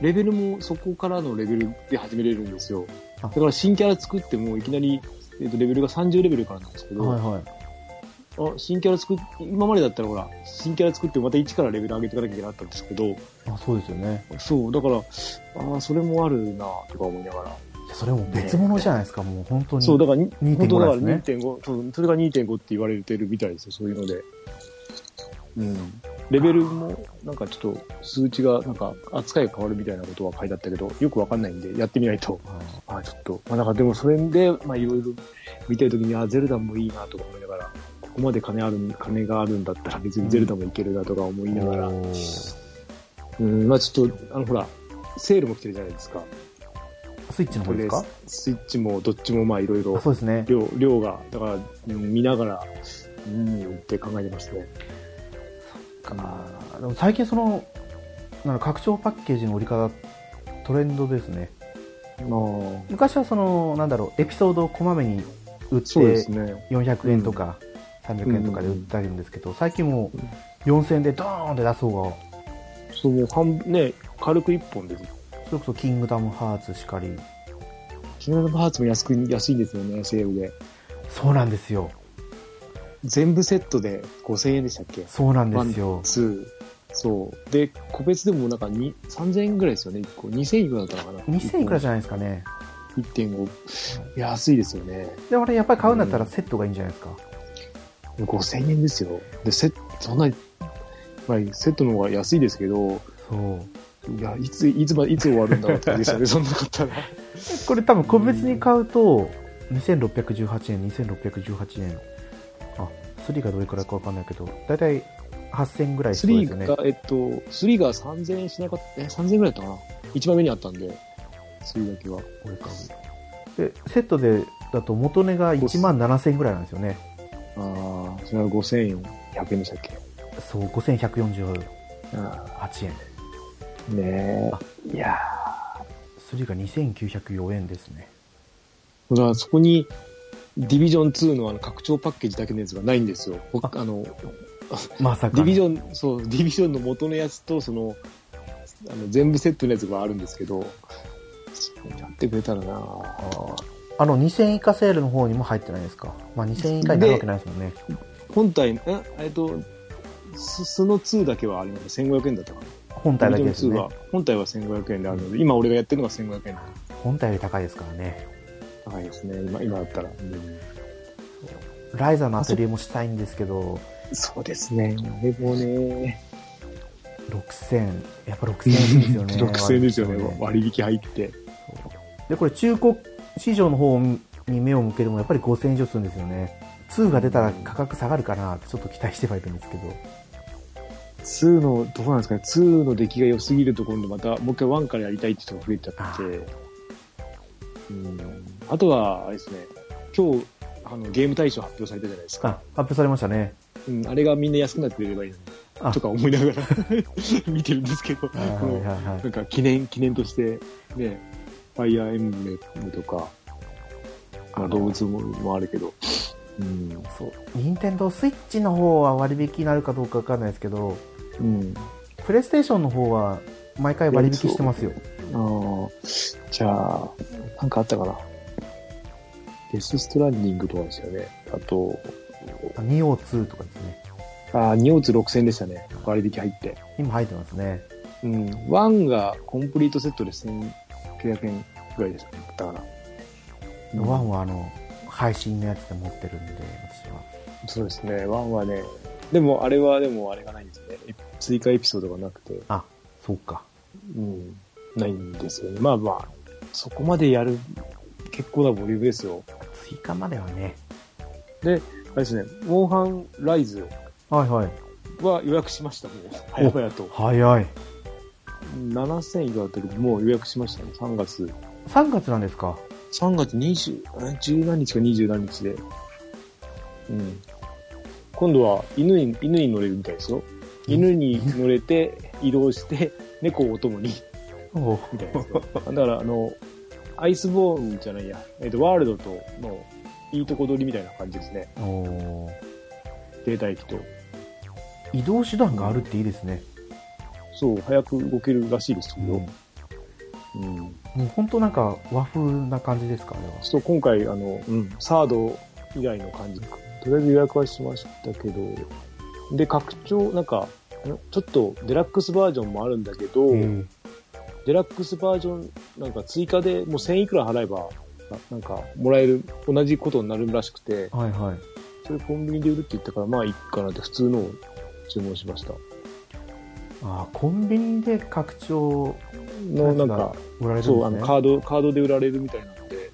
Speaker 2: レベルもそこからのレベルで始めれるんですよ。
Speaker 1: あ
Speaker 2: だから新キャラ作ってもいきなり、えっとレベルが30レベルからなんですけど、
Speaker 1: はいはい。
Speaker 2: あ新キャラ作っ今までだったらほら、新キャラ作ってまた1からレベル上げていかなきゃいけなかったんですけど、
Speaker 1: あそうですよね。
Speaker 2: そう、だから、ああ、それもあるなとか思いなが
Speaker 1: い
Speaker 2: ら。
Speaker 1: やそれもう別物じゃないですか、もう本当に。
Speaker 2: そう、だからに、
Speaker 1: 2.5
Speaker 2: 本当だから
Speaker 1: です
Speaker 2: 2.5、そうそれが2.5って言われてるみたいですよ、そういうので。うん。レベルも、なんかちょっと、数値が、なんか、扱いが変わるみたいなことは書いてあったけど、よくわかんないんで、やってみないと。
Speaker 1: はい
Speaker 2: あ、ちょっと、まあ、なんかでもそれで、まあ、いろいろ見てるときに、あ、ゼルダもいいなとか思いながら、ここまで金ある、金があるんだったら別にゼルダもいけるなとか思いながら、
Speaker 1: おー
Speaker 2: うん、まあちょっと、あの、ほら、セールも来てるじゃないですか。
Speaker 1: スイッチの方ですか
Speaker 2: スイッチもどっちもまあいろいろ
Speaker 1: あそうですね。
Speaker 2: 量量が、だから、うん見ながら、うん、って考えてますね。
Speaker 1: あーでも最近その、なんか拡張パッケージの売り方、トレンドですね。
Speaker 2: あ
Speaker 1: 昔はその、なんだろう、エピソードをこまめに売って、
Speaker 2: そうですね。
Speaker 1: 400円とか、300円とかで売ったりんですけど、最近もう4000円でドーンって出す方が、
Speaker 2: そう、もう半分、ね、軽く一本です。
Speaker 1: それこそキングダムハーツしかり、
Speaker 2: キングダムハーツも安く、安いんですよね、セールで。
Speaker 1: そうなんですよ。
Speaker 2: 全部セットで5000円でしたっけ
Speaker 1: そうなんですよ。
Speaker 2: ツー。そう。で、個別でもなんかに3000円ぐらいですよね、1個。2000円ぐらいだったのかな。
Speaker 1: 2000いくらじゃないですかね。
Speaker 2: 1.5。いや安いですよね。
Speaker 1: で、俺やっぱり買うんだったらセットがいいんじゃないですか。
Speaker 2: 5000円ですよ。で、セット、そんなに、まあ、セットの方が安いですけど、
Speaker 1: そう。
Speaker 2: いや、いつ、いつまで、いつ終わるんだろうって感じ
Speaker 1: (laughs)
Speaker 2: でしたね、そんなことは。
Speaker 1: これ多分個別に買うと、2618円、2618円。あ、3がどれくらいかわかんないけど、だいたい8000円ぐらいそうですよ
Speaker 2: 3
Speaker 1: ね。
Speaker 2: が、えっと、3が3000円しなかった、え、3000円ぐらいだったかな一番目にあったんで、3だけは。
Speaker 1: これ買うで、セットでだと元値が1万7000円ぐらいなんですよね。
Speaker 2: ああ、それは5400円でしたっけ
Speaker 1: そう、5148
Speaker 2: あ
Speaker 1: 円。
Speaker 2: あ、ねえ。いや
Speaker 1: 3が2904円ですね。
Speaker 2: ーだからそこに、ディビジョン2のあの拡張パッケージだけのやつがないんですよ。ほ
Speaker 1: あ
Speaker 2: あの、
Speaker 1: まさかの。
Speaker 2: ディビジョン、そう、ディビジョンの元のやつと、その、あの全部セットのやつがあるんですけど、やってくれたらな
Speaker 1: あーあの、2000円以下セールの方にも入ってないですか。まあ、2000円以下になるわけないですもんね。
Speaker 2: 本体、え、えっと、ススノ2だけはあります。1500円だったかな。
Speaker 1: 本体だけです
Speaker 2: ディビ
Speaker 1: ね
Speaker 2: ジョン2。は、本体は1500円であるので、今俺がやってるのが1500円。
Speaker 1: 本体より高いですからね。
Speaker 2: 高いですね、今、今だったら。うん
Speaker 1: ライザーのアトリエもしたいんですけど、
Speaker 2: そうですね、俺もね、
Speaker 1: 6000やっぱ6000円 (laughs) ですよ
Speaker 2: (laughs)
Speaker 1: ね
Speaker 2: 6000円ですよね、
Speaker 1: 割
Speaker 2: 割引入って。
Speaker 1: とでこれ中古市場の方に目を向けるもやっぱり5000円以上するんですよね2が出たら価格下がるかなってちょっと期待してはいるんですけど
Speaker 2: 2の、どうなんですかね、2の出来が良すぎると、今度また、もう一回1からやりたいって人が増えちゃ
Speaker 1: あ
Speaker 2: って、うん、あとは、あれですね、今日、あのゲーム大賞発表されたじゃないですか。
Speaker 1: あ発表されましたね
Speaker 2: うん、あれがみんな安くなってくれればいいの
Speaker 1: あ
Speaker 2: に、とか思いながら (laughs) 見てるんですけど、
Speaker 1: はいは
Speaker 2: もう
Speaker 1: いはいはい
Speaker 2: なんか記念、記念として、ね、ファイアーエンブレムとか、まあ、動物ももあるけど、うん、
Speaker 1: そう任天堂スイッチの方は割引になるかどうかわかんないですけどよ、
Speaker 2: うん。
Speaker 1: プレイステーションの方は毎回割引してますよ
Speaker 2: ああ、じゃあ、なんかあったかな。デスストランディングとかですよね。あと、
Speaker 1: 2王2とかですね
Speaker 2: ああ、2オーツ6000でしたね。割引入って。
Speaker 1: 今入ってますね
Speaker 2: うん。1がコンプリートセットで1900円ぐらいでしたね。だから。
Speaker 1: ワンはあの配信のやつで持ってるんで私は
Speaker 2: そうですね。ワンはね、でもあれはでもあれがないんですよね。エピ追加エピソードがなくて、
Speaker 1: あそうか
Speaker 2: うん、ないんですよね。まあまあ、そこまでやる、結構なボリュームですよ。
Speaker 1: 追加まではね
Speaker 2: あれですね、モンハンライズ
Speaker 1: はいはい
Speaker 2: は予約しました、もう。早々と。
Speaker 1: 早い
Speaker 2: 7000いくらだったけど、もう予約しましたね、3月。
Speaker 1: 3月なんですか
Speaker 2: 3月20、え10何日か20何日で。うん。今度は犬に、犬に乗れるみたいですよ。犬に乗れて、移動して、猫をお供に。
Speaker 1: お
Speaker 2: みたいです (laughs) よだから、あの、アイスボーンじゃないや、えっ、と、ワールドとのいいとこ取りみたいな感じですね。
Speaker 1: おー
Speaker 2: データ駅と。
Speaker 1: 移動手段があるっていいですね、
Speaker 2: そう、早く動けるらしいですけ
Speaker 1: うん
Speaker 2: ど。うん。
Speaker 1: もう本当なんか和風な感じですかあれは
Speaker 2: そう、今回、あの、うん、サード以外の感じ。とりあえず予約はしましたけど、で、拡張、なんか、んちょっとデラックスバージョンもあるんだけど、
Speaker 1: え
Speaker 2: デラックスバージョン、なんか追加でもう1000いくら払えば、ななんか、もらえる、同じことになるらしくて、
Speaker 1: えはいはい
Speaker 2: それコンビニで売るって言ったから、まあいいかなって普通のを注文しました。
Speaker 1: あーコンビニで拡張
Speaker 2: の、なんか、
Speaker 1: 売られる
Speaker 2: そ
Speaker 1: ん
Speaker 2: う、
Speaker 1: で
Speaker 2: あ
Speaker 1: すね
Speaker 2: の、カード、カードで売られるみたいなので、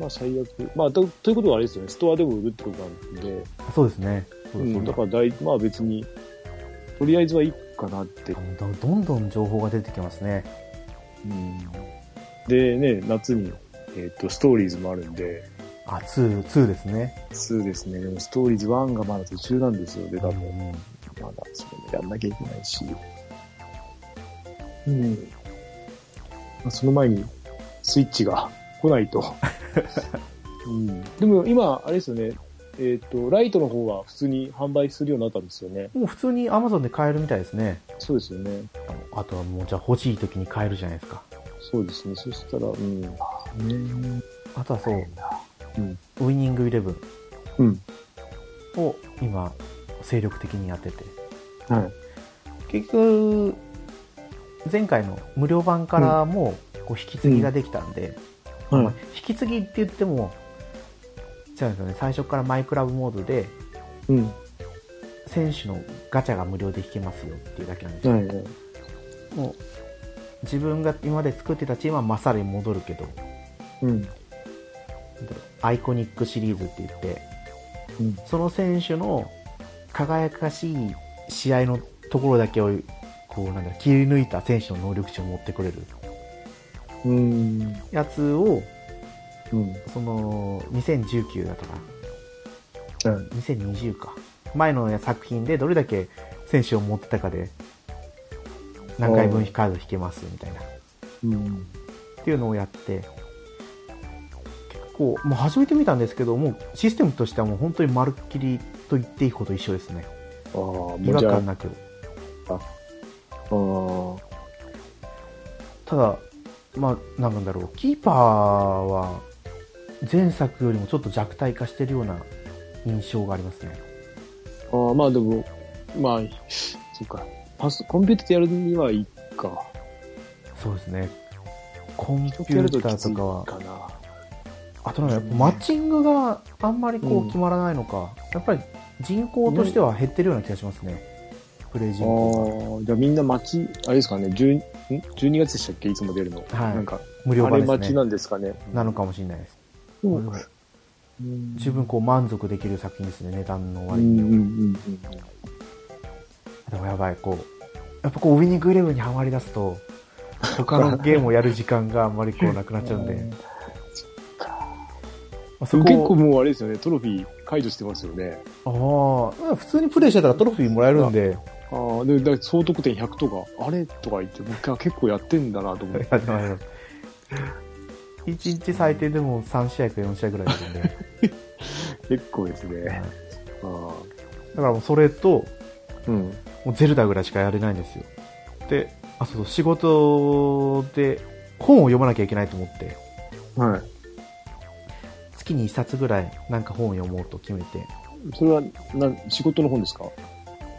Speaker 2: まあ最悪。まあ、とということはあれですよね、ストアでも売るってことなんで、
Speaker 1: そうですねそう
Speaker 2: う
Speaker 1: だそ
Speaker 2: ん、
Speaker 1: う
Speaker 2: だ
Speaker 1: だ
Speaker 2: から大、まあ別に、とりあえずはいいかなって。
Speaker 1: あのどどんどん情報が出てきますね
Speaker 2: うん、でね、夏に、えっ、と、ストーリーズもあるんで、
Speaker 1: あ2 2ですね
Speaker 2: 2ですね、でもストーリーズ1がまだ途中なんですよ、で、多分。
Speaker 1: うん
Speaker 2: まだそれもやんなきゃいけないし。うん。まあその前に、スイッチが来ない
Speaker 1: (laughs)
Speaker 2: と。うん、でも今、あれですよね。えっ、と、ライトの方は普通に販売するようになったんですよね。
Speaker 1: もう普通に Amazon で買えるみたいですね
Speaker 2: そうですよね。
Speaker 1: あとはもうじゃあ欲しい時に買えるじゃないですか
Speaker 2: そうですね。そしたら、うん。ね
Speaker 1: あとはそう、
Speaker 2: うん
Speaker 1: ウイニングイレブ
Speaker 2: うん。
Speaker 1: ンを今精力的にやってて
Speaker 2: はい。
Speaker 1: 結局前回の無料版からもこう引き継ぎができたんで、まあ
Speaker 2: は
Speaker 1: 引き継ぎって言っても違うんですよね最初からマイクラブモードで
Speaker 2: い。うん。は
Speaker 1: 選手のガチャが無料で引けますよっていうだけなんです
Speaker 2: い
Speaker 1: よ、
Speaker 2: はい。うん
Speaker 1: もう自分が今まで作ってたチームはまさに戻るけど。
Speaker 2: うん
Speaker 1: アイコニックシリーズって言って
Speaker 2: うん。
Speaker 1: その選手の輝かしい試合のところだけをこうなんだ切り抜いた選手の能力値を持ってくれる
Speaker 2: うん。
Speaker 1: やつを
Speaker 2: うん。
Speaker 1: その2019だとか
Speaker 2: はい。
Speaker 1: 2020か前の作品でどれだけ選手を持ってたかで何回分カード引けますみたいなっ
Speaker 2: うん。
Speaker 1: ていうのをやって結構もう初めて見たんですけどもうシステムとしてはもう本当にまるっきりと言っていいほど一緒ですね
Speaker 2: ああ、も
Speaker 1: 違
Speaker 2: う
Speaker 1: 和
Speaker 2: じゃあ、あ
Speaker 1: 感なく
Speaker 2: あ。
Speaker 1: ただまあなんだろうキーパーは前作よりもちょっと弱体化してるような印象がありますね
Speaker 2: ああ、まあでも、まあ、そっか。パス、コンピューターでやるにはいいか。
Speaker 1: そうですねコンピ
Speaker 2: 人
Speaker 1: ュ
Speaker 2: とやる
Speaker 1: ータ
Speaker 2: き
Speaker 1: ー
Speaker 2: つ
Speaker 1: と
Speaker 2: い
Speaker 1: かは
Speaker 2: かな。
Speaker 1: あとなんかやっぱマッチングがあんまりこ
Speaker 2: うん
Speaker 1: う決まらないのか、やっぱり人口としては減ってるような気がしますね、プレイ人口
Speaker 2: ああ、じゃあみんな待ち、あれですかね、10ん12月でしたっけいつも出るの。
Speaker 1: はい
Speaker 2: なんか、
Speaker 1: 無料
Speaker 2: あれ
Speaker 1: 版
Speaker 2: 待
Speaker 1: で
Speaker 2: ち
Speaker 1: す
Speaker 2: な
Speaker 1: ね
Speaker 2: んですかね。
Speaker 1: なのかもしれないです
Speaker 2: うん
Speaker 1: これは
Speaker 2: うん
Speaker 1: 十分こう満足できる作品ですね値段の
Speaker 2: うんう
Speaker 1: 割に、
Speaker 2: んうん
Speaker 1: でもやばいこうやっぱこうウィニングイレブンにはまりだすと他 (laughs) のゲームをやる時間があんまりこうなくなっちゃうんで、
Speaker 2: うん
Speaker 1: まあ、
Speaker 2: う
Speaker 1: そ
Speaker 2: ん。結構
Speaker 1: こ
Speaker 2: もうあれですよね、トロフィー解除してますよね。
Speaker 1: ああまあ普通にプレイしてたらトロフィーもらえるんで
Speaker 2: ああ、で、だから総得点100とか、あれとか言って、僕は結構やってんだなと思って。
Speaker 1: 1日最低でも3試合か4試合ぐらいやるんで
Speaker 2: (laughs) (laughs) 結構ですね。
Speaker 1: だ
Speaker 2: ああ。
Speaker 1: からもうそれと
Speaker 2: うん。
Speaker 1: もうゼルダぐらいしかやれないんですよであそうそう仕事で本を読まなきゃいけないと思って
Speaker 2: はい。
Speaker 1: 月に1冊ぐらいなんか本を読もうと決めて
Speaker 2: それは、なん、仕事の本ですか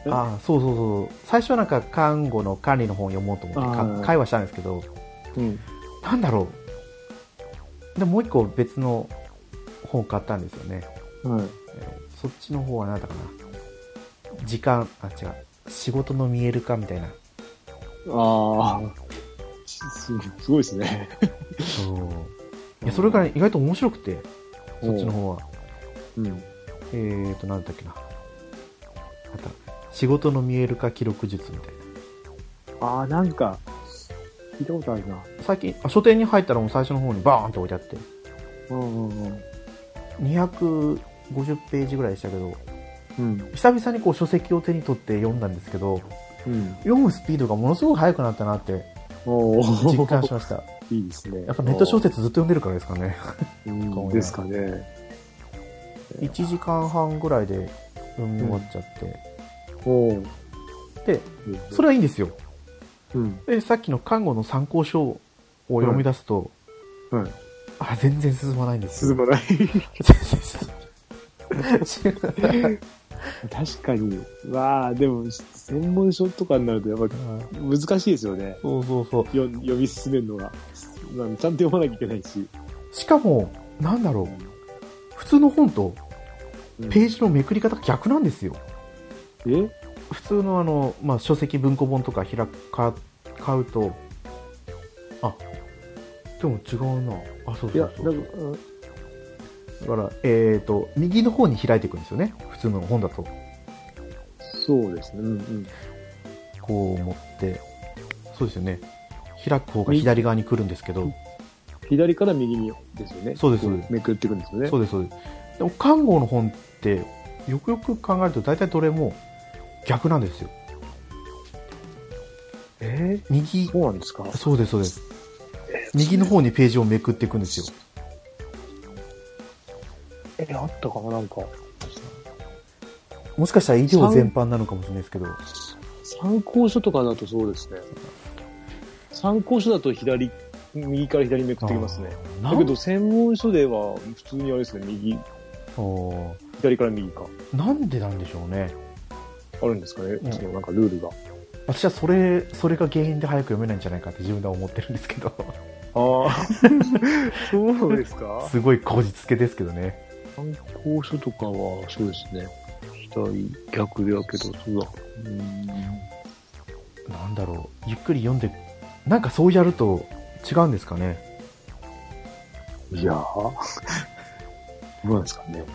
Speaker 2: え
Speaker 1: ああそうそうそう最初はなんか看護の管理の本を読もうと思
Speaker 2: あ
Speaker 1: って
Speaker 2: ー
Speaker 1: か会話したんですけど
Speaker 2: うん。
Speaker 1: なんだろうでもう一個別の本を買ったんですよね
Speaker 2: はい。
Speaker 1: えーそっちの方は何だったかな時間あ違う仕事の見える化みたいな
Speaker 2: ああ。すすごいですね。
Speaker 1: そういやそれがね意外と面白くてそっちの方は
Speaker 2: うん。
Speaker 1: えーと何だったっけなあった仕事の見える化記録術みたいな
Speaker 2: ああ、なんか、聞いたことあるな。
Speaker 1: 最近あ書店に入ったらもう最初の方にバーンって置いてあって
Speaker 2: うんうんうん。
Speaker 1: 250ページぐらいでしたけど
Speaker 2: うん。
Speaker 1: 久々にこう書籍を手に取って読んだんですけど
Speaker 2: うん。
Speaker 1: 読むスピードがものすごく速くなったなって
Speaker 2: おお。
Speaker 1: 実感しました
Speaker 2: いいですね。
Speaker 1: やっぱネット小説ずっと読んでるからですかね
Speaker 2: うんですかね。
Speaker 1: 1時間半ぐらいで読み終わっちゃって、
Speaker 2: おお。
Speaker 1: でそれはいいんですよ
Speaker 2: うん。
Speaker 1: でさっきの看護の参考書を読み出すと、
Speaker 2: はい。
Speaker 1: あ全然進まないんですよ
Speaker 2: 進まない。
Speaker 1: (laughs) 全然進
Speaker 2: (laughs)
Speaker 1: まない
Speaker 2: 確かに。わあ、でも、専門書とかになると、やっぱ難しいですよね。
Speaker 1: (laughs) そうそうそう
Speaker 2: よ読み進めるのが。なんちゃんと読まなきゃいけないし。
Speaker 1: しかもなんだろう普通の本とページのめくり方が逆なんですよ
Speaker 2: え
Speaker 1: 普通のあの、まあ、書籍文庫本とか開くか買うとあでも違うなあそうそうそう
Speaker 2: いや、なんか、うん
Speaker 1: だから、えー、と右の方に開いていくんですよね普通の本だと
Speaker 2: そうですね。うんうん。
Speaker 1: こう持ってそうですよね開く方が左側に来るんですけど
Speaker 2: 左から右にですよね。
Speaker 1: そうですそうです
Speaker 2: こめくっていくんですよね。
Speaker 1: そうですそうですでも看護の本ってよくよく考えると大体どれも逆なんですよ
Speaker 2: え
Speaker 1: 右
Speaker 2: そうなんですか
Speaker 1: そうですそうです右の方にページをめくっていくんですよ
Speaker 2: え、あったかななんか。
Speaker 1: もしかしたら医療全般なのかもしれないですけど
Speaker 2: 参考書とかだとそうですね。参考書だと左、右から左にめくってきますね。
Speaker 1: あー
Speaker 2: だ
Speaker 1: な
Speaker 2: けど、専門書では普通にあれですね、右、
Speaker 1: おー
Speaker 2: 左から右か。
Speaker 1: なんでなんでしょうね
Speaker 2: あるんですかね、
Speaker 1: うん
Speaker 2: そのなんかルールが。
Speaker 1: 私はそれそれが原因で早く読めないんじゃないかって自分では思ってるんですけど
Speaker 2: ああ、 (laughs) そうですか
Speaker 1: すごいこじつけですけどね
Speaker 2: 参考書とかは、そうですね。左、逆だけど、そうだ。うん。
Speaker 1: なんだろうゆっくり読んでなんかそうやると違うんですかね、
Speaker 2: いやーどうなんですかね。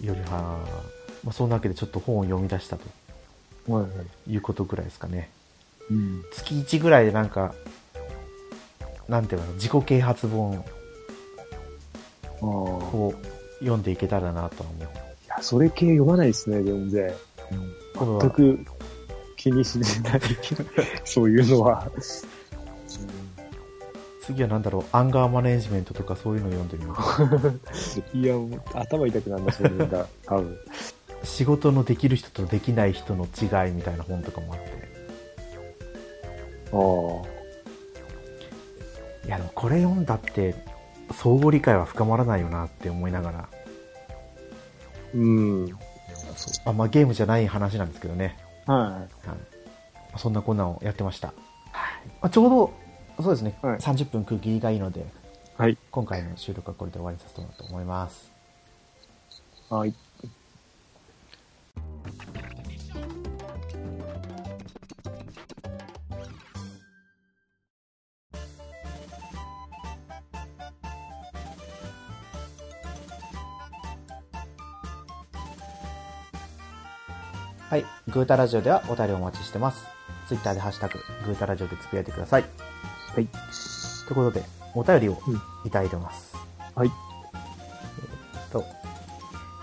Speaker 1: うん、よりは、まあ、そんなわけでちょっと本を読み出したと
Speaker 2: はいはい。
Speaker 1: いうことぐらいですかね
Speaker 2: うん。
Speaker 1: 月1ぐらいでなんかなんていうのかな自己啓発本
Speaker 2: ああ。
Speaker 1: を読んでいけたらなとは思う
Speaker 2: いや、それ系読まないですね、全然。
Speaker 1: 今度
Speaker 2: 全
Speaker 1: は
Speaker 2: く気にし (laughs) ない。そういうのは。
Speaker 1: 次はなんだろうアンガーマネージメントとかそういうのを読んでみようか
Speaker 2: いや、もう頭痛くなるな、そういうの (laughs) が。多分。
Speaker 1: 仕事のできる人とできない人の違いみたいな本とかもあって
Speaker 2: ああ。
Speaker 1: いやでもこれ読んだって相互理解は深まらないよなって思いながら
Speaker 2: うん。
Speaker 1: あまあ、ゲームじゃない話なんですけどね、
Speaker 2: は
Speaker 1: はいそんなこんなんをやってました、まあ、ちょうどそうですね、
Speaker 2: はい
Speaker 1: 30分区切りがいいので
Speaker 2: い。はい。
Speaker 1: 今回の収録はこれで終わりにさせてもらおうと思います
Speaker 2: はい。
Speaker 1: はいグータラジオではお便りお待ちしてますツイッターで「ハッシュタググータラジオ」でつぶやいてください
Speaker 2: はい。
Speaker 1: ということでお便りを
Speaker 2: うん
Speaker 1: いただいてます、
Speaker 2: はい。
Speaker 1: と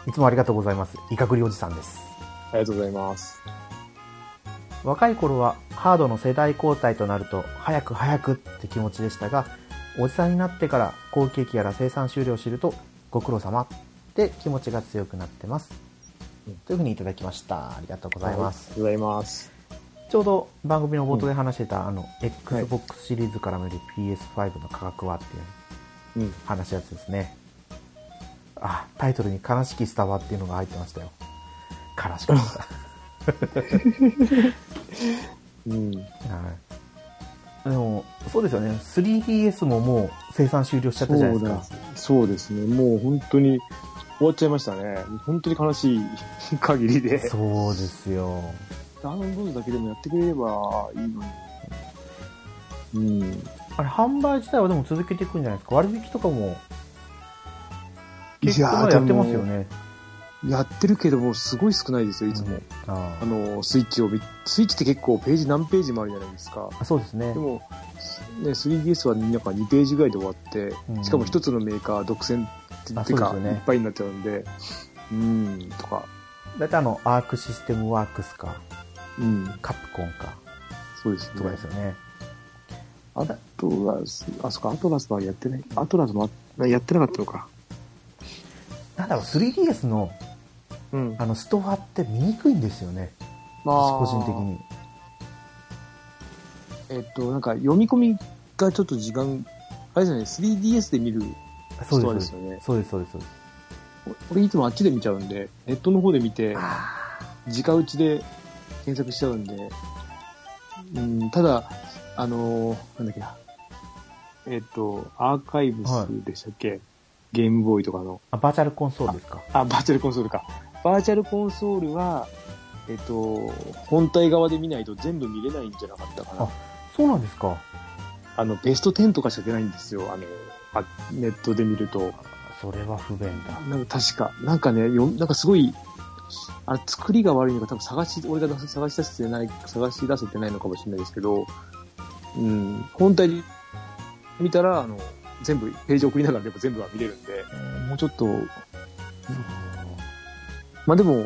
Speaker 1: いつもありがとうございますいかくりおじさんです
Speaker 2: ありがとうございます。
Speaker 1: 若い頃はハードの世代交代となると早く早くって気持ちでしたがおじさんになってから後継機やら生産終了を知るとご苦労様って気持ちが強くなってます
Speaker 2: うん
Speaker 1: というふうにいただきましたありがとうございます、
Speaker 2: ありがとうございます。
Speaker 1: ちょうど番組の冒頭で話してた、あの XBOX シリーズから見る PS5 の価格はっていう
Speaker 2: うん。
Speaker 1: 話やつですねあタイトルに「悲しきスタバ」っていうのが入ってましたよ悲しかった、は
Speaker 2: うん。
Speaker 1: い、でもそうですよね 3DS ももう生産終了しちゃっ
Speaker 2: そ
Speaker 1: た
Speaker 2: う
Speaker 1: じゃな
Speaker 2: な
Speaker 1: い
Speaker 2: ん
Speaker 1: です
Speaker 2: で
Speaker 1: か
Speaker 2: す。そうですね。もう本当に終わっちゃいましたね。本当に悲しい限りで。
Speaker 1: そうですよ
Speaker 2: ダウンロードだけでもやってくれればいいのに。うん。
Speaker 1: あれ販売自体はでも続けていくんじゃないですか割引とかも結構まだやってますよね
Speaker 2: やってるけども、すごい少ないですよ、いつも。
Speaker 1: うんあ
Speaker 2: あの、スイッチを見、スイッチって結構ページ何ページもあるじゃないですか。
Speaker 1: あそうですね
Speaker 2: でも、ね、3DS はなんか2ページぐらいで終わって、
Speaker 1: うん
Speaker 2: しかも一つのメーカー独占って
Speaker 1: あそ
Speaker 2: て
Speaker 1: うです
Speaker 2: か、
Speaker 1: よね
Speaker 2: いっぱいになっちゃうんで、うん、とか、
Speaker 1: 大体あのアークシステムワークスか
Speaker 2: うん、
Speaker 1: カプコンか
Speaker 2: そうです
Speaker 1: とかですよね、
Speaker 2: アトラス、あ、そっか、アトラスはやってない。アトラスもあやってなかったのか。
Speaker 1: なんだろう 3DS の
Speaker 2: うん。
Speaker 1: あのストアって見にくいんですよね
Speaker 2: ま
Speaker 1: 私個人的。に
Speaker 2: えっと、なんか読み込みがちょっと時間、あれですよね、3DS で見る。
Speaker 1: そう
Speaker 2: そう
Speaker 1: で
Speaker 2: ですすよね
Speaker 1: そうですそうですそうです
Speaker 2: 俺いつもあっちで見ちゃうんで、ネットの方で見て、直打ちで検索しちゃうんで、うん、ただ、あのーなんだっけな、えっと、アーカイブスでしたっけ、ゲームボーイとかの。
Speaker 1: あバーチャルコンソールですか
Speaker 2: あ、バーチャルコンソールか。バーチャルコンソールは、えっと、本体側で見ないと全部見れないんじゃなかったかな
Speaker 1: あ。そうなんですか
Speaker 2: あの、ベスト10とかしか出ないんですよ、あの、あネットで見ると。
Speaker 1: それは不便だ
Speaker 2: なんか確か、なんかね、よなんかすごい、あれ作りが悪いのか、多分探し、俺が出せ探し出せてない、探し出せてないのかもしれないですけど、うん、本体で見たら、あの、全部、ページ送りながらでも全部は見れるんで、もうちょっと、まあでも、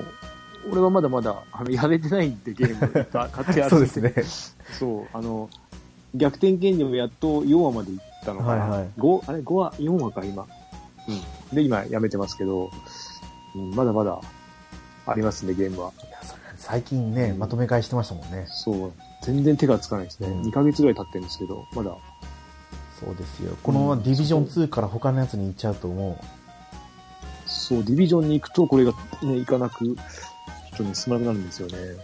Speaker 2: 俺はまだまだ、あの、やれてないんで、ゲーム、が買ってやる。
Speaker 1: ね
Speaker 2: そう、あの、逆転権利もやっと4話まで行ったのかな。
Speaker 1: はいはい
Speaker 2: 5あれ、5話、4話か、今。うん。で、今やめてますけど、うん、まだまだありますね、ゲームは。
Speaker 1: いやそれ最近ね
Speaker 2: うん
Speaker 1: まとめ買いしてましたもんね
Speaker 2: そう、全然手がつかないですね。
Speaker 1: うん
Speaker 2: 2ヶ月ぐらい経ってるんですけど、まだ。
Speaker 1: そうですよこのままディビジョン2から他のやつに行っちゃうとも
Speaker 2: そう、ディビジョンに行くと、これがね、行かなく、ちょっとね、進まなくなるんですよね。
Speaker 1: う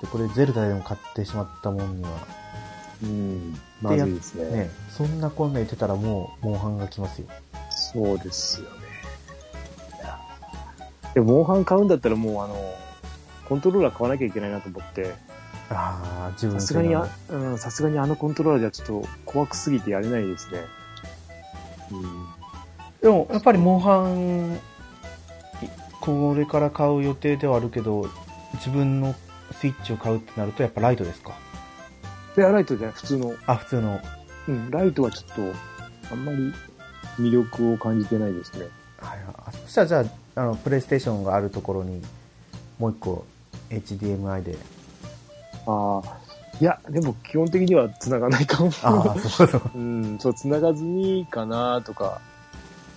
Speaker 1: でこれゼルダでも買ってしまったもんには
Speaker 2: うん。まずいですね。
Speaker 1: ねそんなこんな言ってたらもうモンハンが来ますよ
Speaker 2: そうですよね。でも、モンハン買うんだったらもう、あの、コントローラー買わなきゃいけないなと思って、
Speaker 1: ああ自分
Speaker 2: さす
Speaker 1: そ
Speaker 2: が
Speaker 1: れ
Speaker 2: に
Speaker 1: な
Speaker 2: あ、うん、さすがにあのコントローラーじゃちょっと怖くすぎてやれないですね。
Speaker 1: でもやっぱりモンハンこれから買う予定ではあるけど自分のスイッチを買うってなるとやっぱライトですか
Speaker 2: うん。で、ライトじゃない、普通の。
Speaker 1: あ普通の
Speaker 2: うん、ライトはちょっと、あんまり魅力を感じてないですね。
Speaker 1: はいはいそしたらじゃああのプレイステーションがあるところにもう一個 HDMI で
Speaker 2: ああ、いや、でも基本的には繋がないかも。
Speaker 1: ああそうそう
Speaker 2: (laughs) うん、そう、繋がずにかなとか。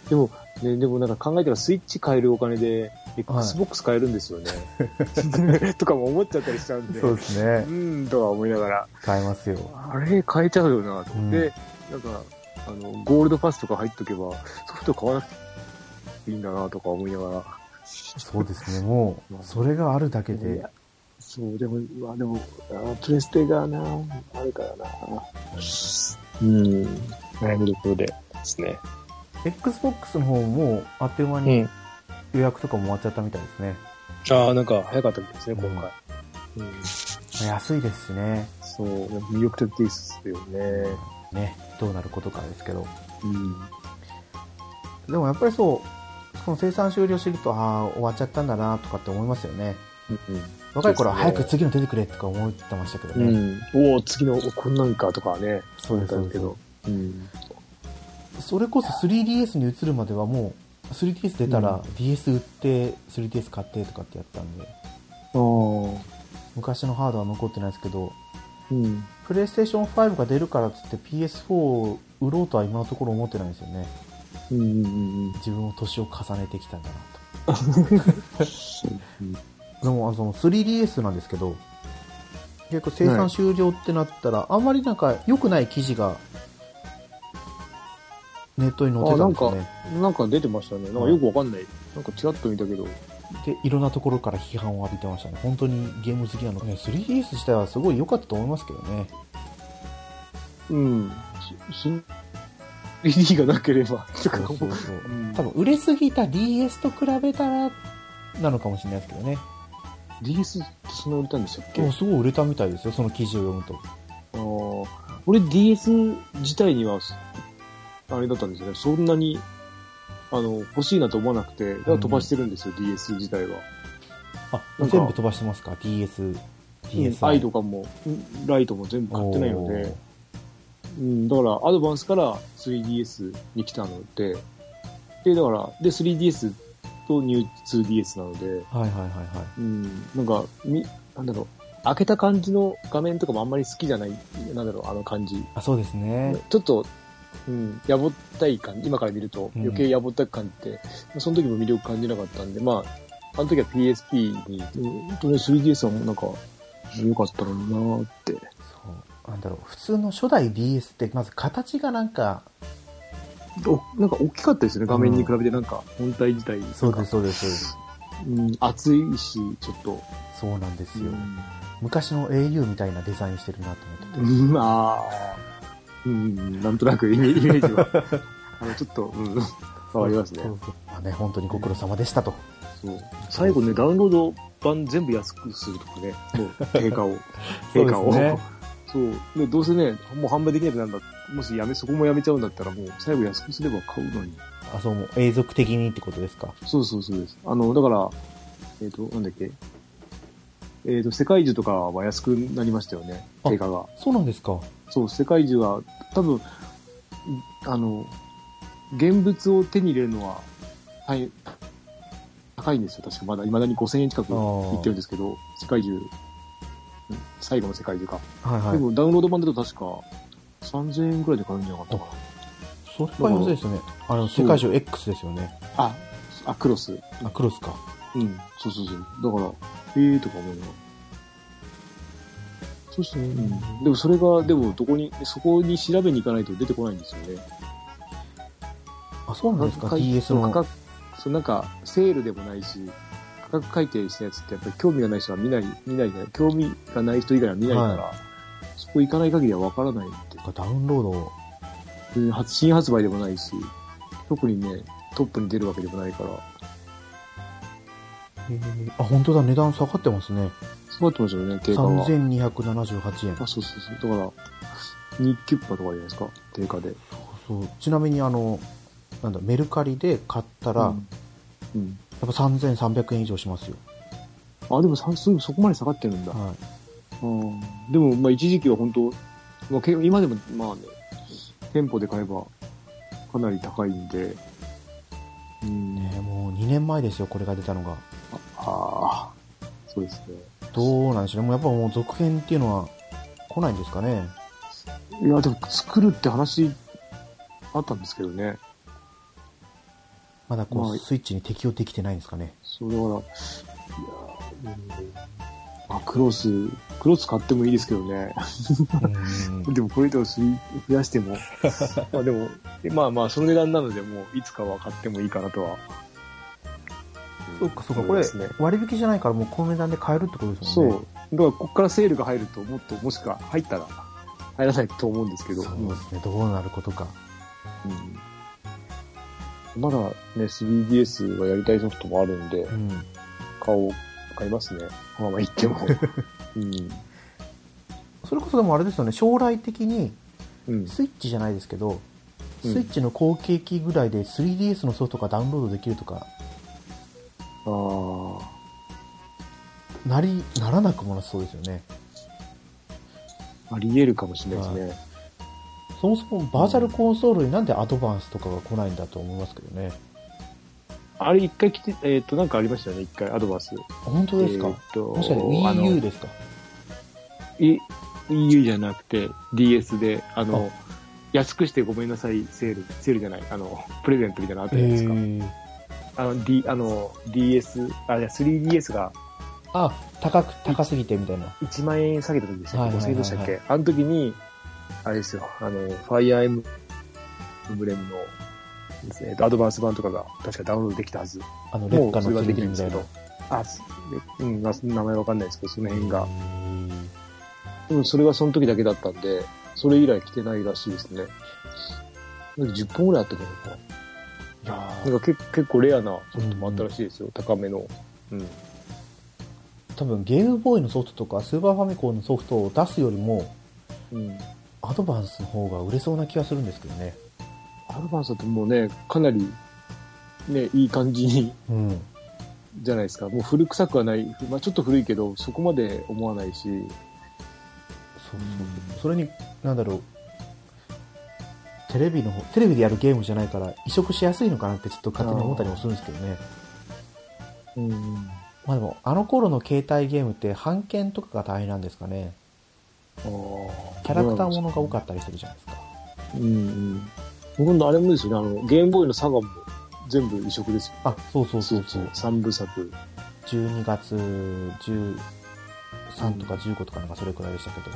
Speaker 2: でも、ね、でもなんか考えたらスイッチ買えるお金で、Xbox 買えるんですよね。 (laughs) とかも思っちゃったりしちゃうんで。
Speaker 1: そうですね
Speaker 2: うん、とは思いながら。
Speaker 1: 買えますよ
Speaker 2: あれ変えちゃうよなと思って、
Speaker 1: うん
Speaker 2: なんか、あの、ゴールドパスとか入っとけば、ソフト買わなくていいんだなとか思いながら。
Speaker 1: そうですねもうそれがあるだけ
Speaker 2: い
Speaker 1: で
Speaker 2: やそう、でも、まあでも、あプレステがな、あるからな。うん、悩みどころでですね。
Speaker 1: XBOX の方もあっという間
Speaker 2: う
Speaker 1: に
Speaker 2: ん。
Speaker 1: 予約とかも終わっちゃったみたいですね、
Speaker 2: ああ、なんか早かったみたいですね、
Speaker 1: うん
Speaker 2: 今回。うん、
Speaker 1: 安いですしね
Speaker 2: そう、魅力的ですよね。
Speaker 1: ねどうなることかですけど
Speaker 2: うん。
Speaker 1: でもやっぱりそう、この生産終了してると、ああ、終わっちゃったんだなとかって思いますよね。若い頃は
Speaker 2: そう
Speaker 1: 早
Speaker 2: ですね
Speaker 1: く次の出てくれとか思ってましたけど
Speaker 2: う
Speaker 1: ね。
Speaker 2: ん。うん、おお、次の、おこんなんかとかはね、
Speaker 1: そうです
Speaker 2: あ
Speaker 1: そ
Speaker 2: っ
Speaker 1: うで
Speaker 2: たけ
Speaker 1: す
Speaker 2: ど。うん。
Speaker 1: それこそ 3DS に移るまではもう、3DS 出たら DS 売って、3DS 買ってとかってやったんで、
Speaker 2: ああ。
Speaker 1: 昔のハードは残ってないですけど、
Speaker 2: うん。
Speaker 1: プレイステーション5が出るからっつって PS4 を売ろうとは今のところ思ってないんですよね。
Speaker 2: うんうんうんうん。
Speaker 1: 自分も年を重ねてきたんだなと。でも、あの、3DS なんですけど、結構生産終了ってなったら、あんまりなんか良くない記事がネットに載ってたんですよね
Speaker 2: なんか出てましたね。なんかよくわかんない。なんかチラッと見たけど。
Speaker 1: でいろんなところから批判を浴びてましたね本当にゲーム好きなのね 3DS 自体はすごい良かったと思いますけどね
Speaker 2: うん。しし 3D がなければ、と
Speaker 1: そ
Speaker 2: か
Speaker 1: うそう
Speaker 2: 思う。
Speaker 1: そう
Speaker 2: うん
Speaker 1: 多分売れすぎた DS と比べたらなのかもしれないですけどね
Speaker 2: DS ってそんな売れたんでしたっけ
Speaker 1: でもすごい売れたみたいですよその記事を読むと
Speaker 2: あー俺 DS 自体には、あれだったんですよね。そんなに、あの、欲しいなと思わなくて、だから飛ばしてるんですよ、DS 自体は。
Speaker 1: あ
Speaker 2: なんか
Speaker 1: 全部飛ばしてますか DS
Speaker 2: アイとかも、うんライトも全部買ってないので、うん、だから、アドバンスから 3DS に来たので、で、だから、で、3DS とニュー 2DS なので、
Speaker 1: はいはいはいはい
Speaker 2: うん、なんか、み、なんだろう、開けた感じの画面とかもあんまり好きじゃない、なんだろう、あの感じ。
Speaker 1: あそうですね
Speaker 2: ちょっと、うん、やぼったい感じ、今から見ると
Speaker 1: うん
Speaker 2: 余計やぼったく感じて、その時も魅力感じなかったんで、まあ、あの時は PSP に、うん本当に 3DS はもうなんか、良かったのになーって。
Speaker 1: そうなんだろう普通の初代 DS ってまず形がなんか
Speaker 2: おなんか大きかったですね、画面に比べて、なんか、本体自体、なんか
Speaker 1: そうですそうです
Speaker 2: うん、厚いし、ちょっと、
Speaker 1: そうなんですよ、
Speaker 2: うん
Speaker 1: 昔の au みたいなデザインしてるなと思ってて、
Speaker 2: うん、まあ、うん、なんとなくイメイ
Speaker 1: (laughs)
Speaker 2: メージは、あのちょっと、うん、触りますね
Speaker 1: そ。うそうまあね本当にご苦労様でしたと、
Speaker 2: そう最後ね、ダウンロード版全部安くするとかね、もう、
Speaker 1: (laughs)
Speaker 2: 定価を、定価を。
Speaker 1: そ
Speaker 2: そうう,、
Speaker 1: ですね
Speaker 2: でどうせね、もう販売できなくなるんだ。もしやめ、そこもやめちゃうんだったら、もう最後安くすれば買うのに。
Speaker 1: あそうもう永続的にってことですか
Speaker 2: そうそうそうです。あの、だから、えっ、と、なんだっけ。えっ、と、世界中とかは安くなりましたよね、
Speaker 1: あ
Speaker 2: 定価が。
Speaker 1: そうなんですか
Speaker 2: そう、世界中は、多分、あの、現物を手に入れるのは、はい、高いんですよ、確か。まだ、未だに5000円近く
Speaker 1: あー
Speaker 2: いってるんですけど、世界中、うん最後の世界中か。
Speaker 1: はいは
Speaker 2: で
Speaker 1: い
Speaker 2: も、ダウンロード版だと確か、3000円くらいで買えるんじゃなかったか
Speaker 1: それは要するですよねあの世界中 X ですよね
Speaker 2: な。あ、あ、クロス。
Speaker 1: あクロスか
Speaker 2: うん、そうそうそう。だから、ええー、とか思うながら。そうですね。うん。でもそれが、でもどこに、そこに調べに行かないと出てこないんですよね。
Speaker 1: あそうなんですか DS
Speaker 2: 価
Speaker 1: の
Speaker 2: 格、そうなんか、セールでもないし、価格改定したやつってやっぱり興味がない人は見ない、見ないじゃない、興味がない人以外は見ないから、そこ行かない限りはわからないって
Speaker 1: ダウンロード
Speaker 2: うん初新発売でもないし、特にね、トップに出るわけでもないから、
Speaker 1: えーあ本当だ値段下がってますね
Speaker 2: そうなってますよね、定価は。
Speaker 1: 3278円
Speaker 2: あ、そうそうそう。だから、日キュッパとかじゃないですか、定価で。
Speaker 1: そうちなみにあのなんだメルカリで買ったら、
Speaker 2: うん。うん
Speaker 1: やっぱ3300円以上しますよ、
Speaker 2: あ、でもさそうそこまで下がってるんだ。
Speaker 1: は
Speaker 2: うんでも、まあ、一時期は本当、まあ、け今でも、まあね、店舗で買えばかなり高いんで、う
Speaker 1: い
Speaker 2: ん、
Speaker 1: ね、もう2年前ですよこれが出たのが
Speaker 2: ああ、そうです
Speaker 1: どうなんでしょうねもうやっぱもう続編っていうのは来ないんですかね
Speaker 2: ね。いや、でも作るって話あったんですけどね。
Speaker 1: まだこ
Speaker 2: ま
Speaker 1: う
Speaker 2: あ
Speaker 1: スイッチに適応できてないんですかね
Speaker 2: そう、だから、いやー、うんまあ、クロス、クロス買ってもいいですけどね。 (laughs)
Speaker 1: うん
Speaker 2: でもこれ以上吸い増やしても、まあでも、まあまあ、その値段なので、もういつかは買ってもいいかなとは。
Speaker 1: (laughs) そうかそうか
Speaker 2: ん
Speaker 1: これ
Speaker 2: ですね
Speaker 1: 割引じゃないからもうこの値段で買えるってことです
Speaker 2: そ
Speaker 1: も
Speaker 2: う。
Speaker 1: んね
Speaker 2: だから、ここからセールが入ると、もっと、もしくは入ったら、入らないと思うんですけど、
Speaker 1: そうですねどうなることか
Speaker 2: うんまだね、3DS はやりたいソフトもあるんで
Speaker 1: う、ん
Speaker 2: 顔、買いますね。まあまあ言っても。うん。
Speaker 1: それこそでもあれですよね将来的に
Speaker 2: うん。
Speaker 1: スイッチじゃないですけど、
Speaker 2: うん
Speaker 1: スイッチの後継機ぐらいで 3DS のソフトがダウンロードできるとか、
Speaker 2: ああ。
Speaker 1: なり、ならなくもなさそうですよね。
Speaker 2: あり得るかもしれないですね。
Speaker 1: そもそもバーチャルコンソールになんでアドバンスとかが来ないんだと思いますけどね。
Speaker 2: あれ一回来て、えっ、と、なんかありましたよね、一回、アドバンス。
Speaker 1: 本当ですか、
Speaker 2: えーと
Speaker 1: もしかして
Speaker 2: あ
Speaker 1: WiiU
Speaker 2: の
Speaker 1: ですか
Speaker 2: い EU じゃなくて DS で、あの、安くしてごめんなさい、セール、セールじゃない、あの、プレゼントみたいなのあったじゃないですか。
Speaker 1: ー
Speaker 2: あの、D、あの、DS、あ、いや 3DS が
Speaker 1: あ、高く、高すぎてみたいな。
Speaker 2: 1万円下げた時でしたっ
Speaker 1: はい
Speaker 2: け ?5000
Speaker 1: はいはいはい
Speaker 2: 円でしたっけあの時に、あれですよ、あの、ファイアーエムブレムの、えっと、アドバンス版とかが確かダウンロードできたはず。
Speaker 1: あの、
Speaker 2: も
Speaker 1: 劣
Speaker 2: う
Speaker 1: 化
Speaker 2: それ
Speaker 1: の
Speaker 2: はで
Speaker 1: 剣
Speaker 2: きない
Speaker 1: みたい
Speaker 2: んですけ
Speaker 1: な
Speaker 2: ど。。あ、すうん、な名前わかんないですけど、その辺が。うん、それはその時だけだったんで、それ以来来てないらしいですね。なんか10本ぐらいあったと思
Speaker 1: いや
Speaker 2: う。
Speaker 1: ー
Speaker 2: なんか結結構レアなソフトもあったらしいですよ、高めの。うん。
Speaker 1: 多分ゲームボーイのソフトとかスーパーファミコンのソフトを出すよりも
Speaker 2: うん。
Speaker 1: アドバンスの方が売れそうな気がするんですけどね
Speaker 2: アルバンさんってもうね、かなり、ね、いい感じに、
Speaker 1: うん
Speaker 2: じゃないですか。 (laughs) もう古臭くはない。まあちょっと古いけど、そこまで思わないし。
Speaker 1: そうそうそれになんだろうテレビの方テレビでやるゲームじゃないから移植しやすいのかなってちょっと勝手に思ったりもするんですけどね
Speaker 2: うん。
Speaker 1: まあでもあの頃の携帯ゲームって版権とかが大変なんですかねキャラクターものが多かったりするじゃないですか
Speaker 2: うんうん。僕のあれもですよね、あの、ゲームボーイのサガも全部移植ですよ。
Speaker 1: あそうそうそうそう
Speaker 2: 三部作。
Speaker 1: 12月13とか15とかなんかそれくらいでしたけど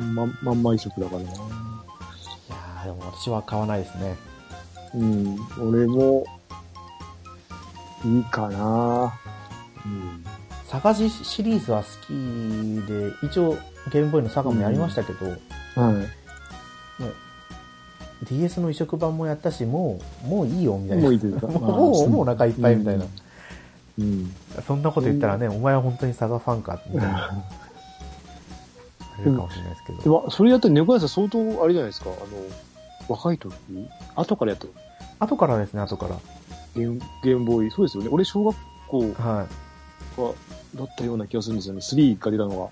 Speaker 1: い
Speaker 2: まんまんま移植だからな。
Speaker 1: やーでも私は買わないですね
Speaker 2: うん。俺も、いいかな。うん。
Speaker 1: サガジシリーズは好きで、一応ゲームボーイのサガもやりましたけど、
Speaker 2: はい。
Speaker 1: DS の移植版もやったし、もう、もういいよ、みたいな。
Speaker 2: もういい
Speaker 1: (laughs) も
Speaker 2: ですか。
Speaker 1: う、もうもうお腹いっぱいみたいな。
Speaker 2: うん。うん
Speaker 1: そんなこと言ったらね、お前は本当にサガファンか、みたいな。言われるかもしれないですけ
Speaker 2: で
Speaker 1: ど。
Speaker 2: も、それやったら猫屋さん相当あれじゃないですか。あの、若い時後からやった
Speaker 1: 後からですね、後から。
Speaker 2: ゲーム、ゲームボーイ。そうですよね。俺、小学校
Speaker 1: はい。
Speaker 2: が、だったような気がするんですよね。3が出たのは。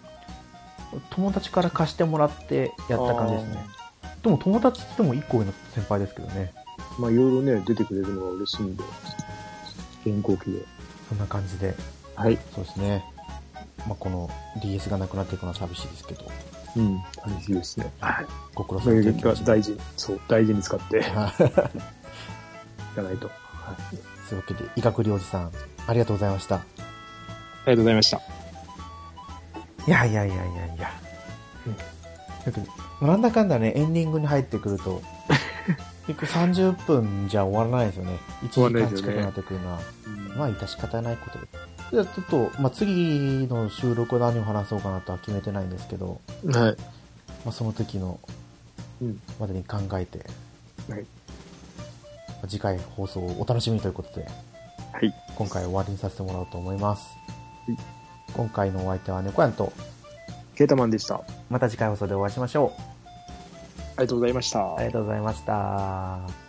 Speaker 1: 友達から貸してもらってやった感じですね。でも友達って言っても1個上の先輩ですけどね。
Speaker 2: まあ、いろいろね、出てくれるのが嬉しいんで。健康期で。
Speaker 1: そんな感じで、
Speaker 2: はい。
Speaker 1: そうですね。まあ、この DS がなくなっていくのは寂しいですけど、
Speaker 2: うん。嬉しいですね。はい。
Speaker 1: ご苦労さ
Speaker 2: そ
Speaker 1: ん
Speaker 2: う
Speaker 1: と
Speaker 2: い
Speaker 1: いうう
Speaker 2: 気
Speaker 1: 気
Speaker 2: が
Speaker 1: 持ちで
Speaker 2: 大事に、そう、大事に使ってい (laughs)
Speaker 1: はい (laughs)
Speaker 2: かないと。はい。あり
Speaker 1: というわけで、医学りおじさん、ありがとうございました。
Speaker 2: がとうございました。
Speaker 1: いやいやいやいやいや。だけど、なんだかんだね、エンディングに入ってくる (laughs) と、結局30分じゃ終わらないですよね。
Speaker 2: 終わ
Speaker 1: 1
Speaker 2: ら
Speaker 1: 時間
Speaker 2: ないです
Speaker 1: 近
Speaker 2: よね
Speaker 1: くなってくるのは、まあ、致し方ないことで。じゃあ、ちょっと、まあ、次の収録は何を話そうかなとは決めてないんですけど、
Speaker 2: はい。
Speaker 1: まあ、その時の
Speaker 2: うん。
Speaker 1: までに考えて、
Speaker 2: はい。
Speaker 1: まあ次回放送をお楽しみということで、
Speaker 2: はい。
Speaker 1: 今回は終わりにさせてもらおうと思います
Speaker 2: はい。
Speaker 1: 今回のお相手は猫やんと、
Speaker 2: ケータマンでした。あ
Speaker 1: また次回放送でお会いしましょう。
Speaker 2: りがとうございました。
Speaker 1: ありがとうございました。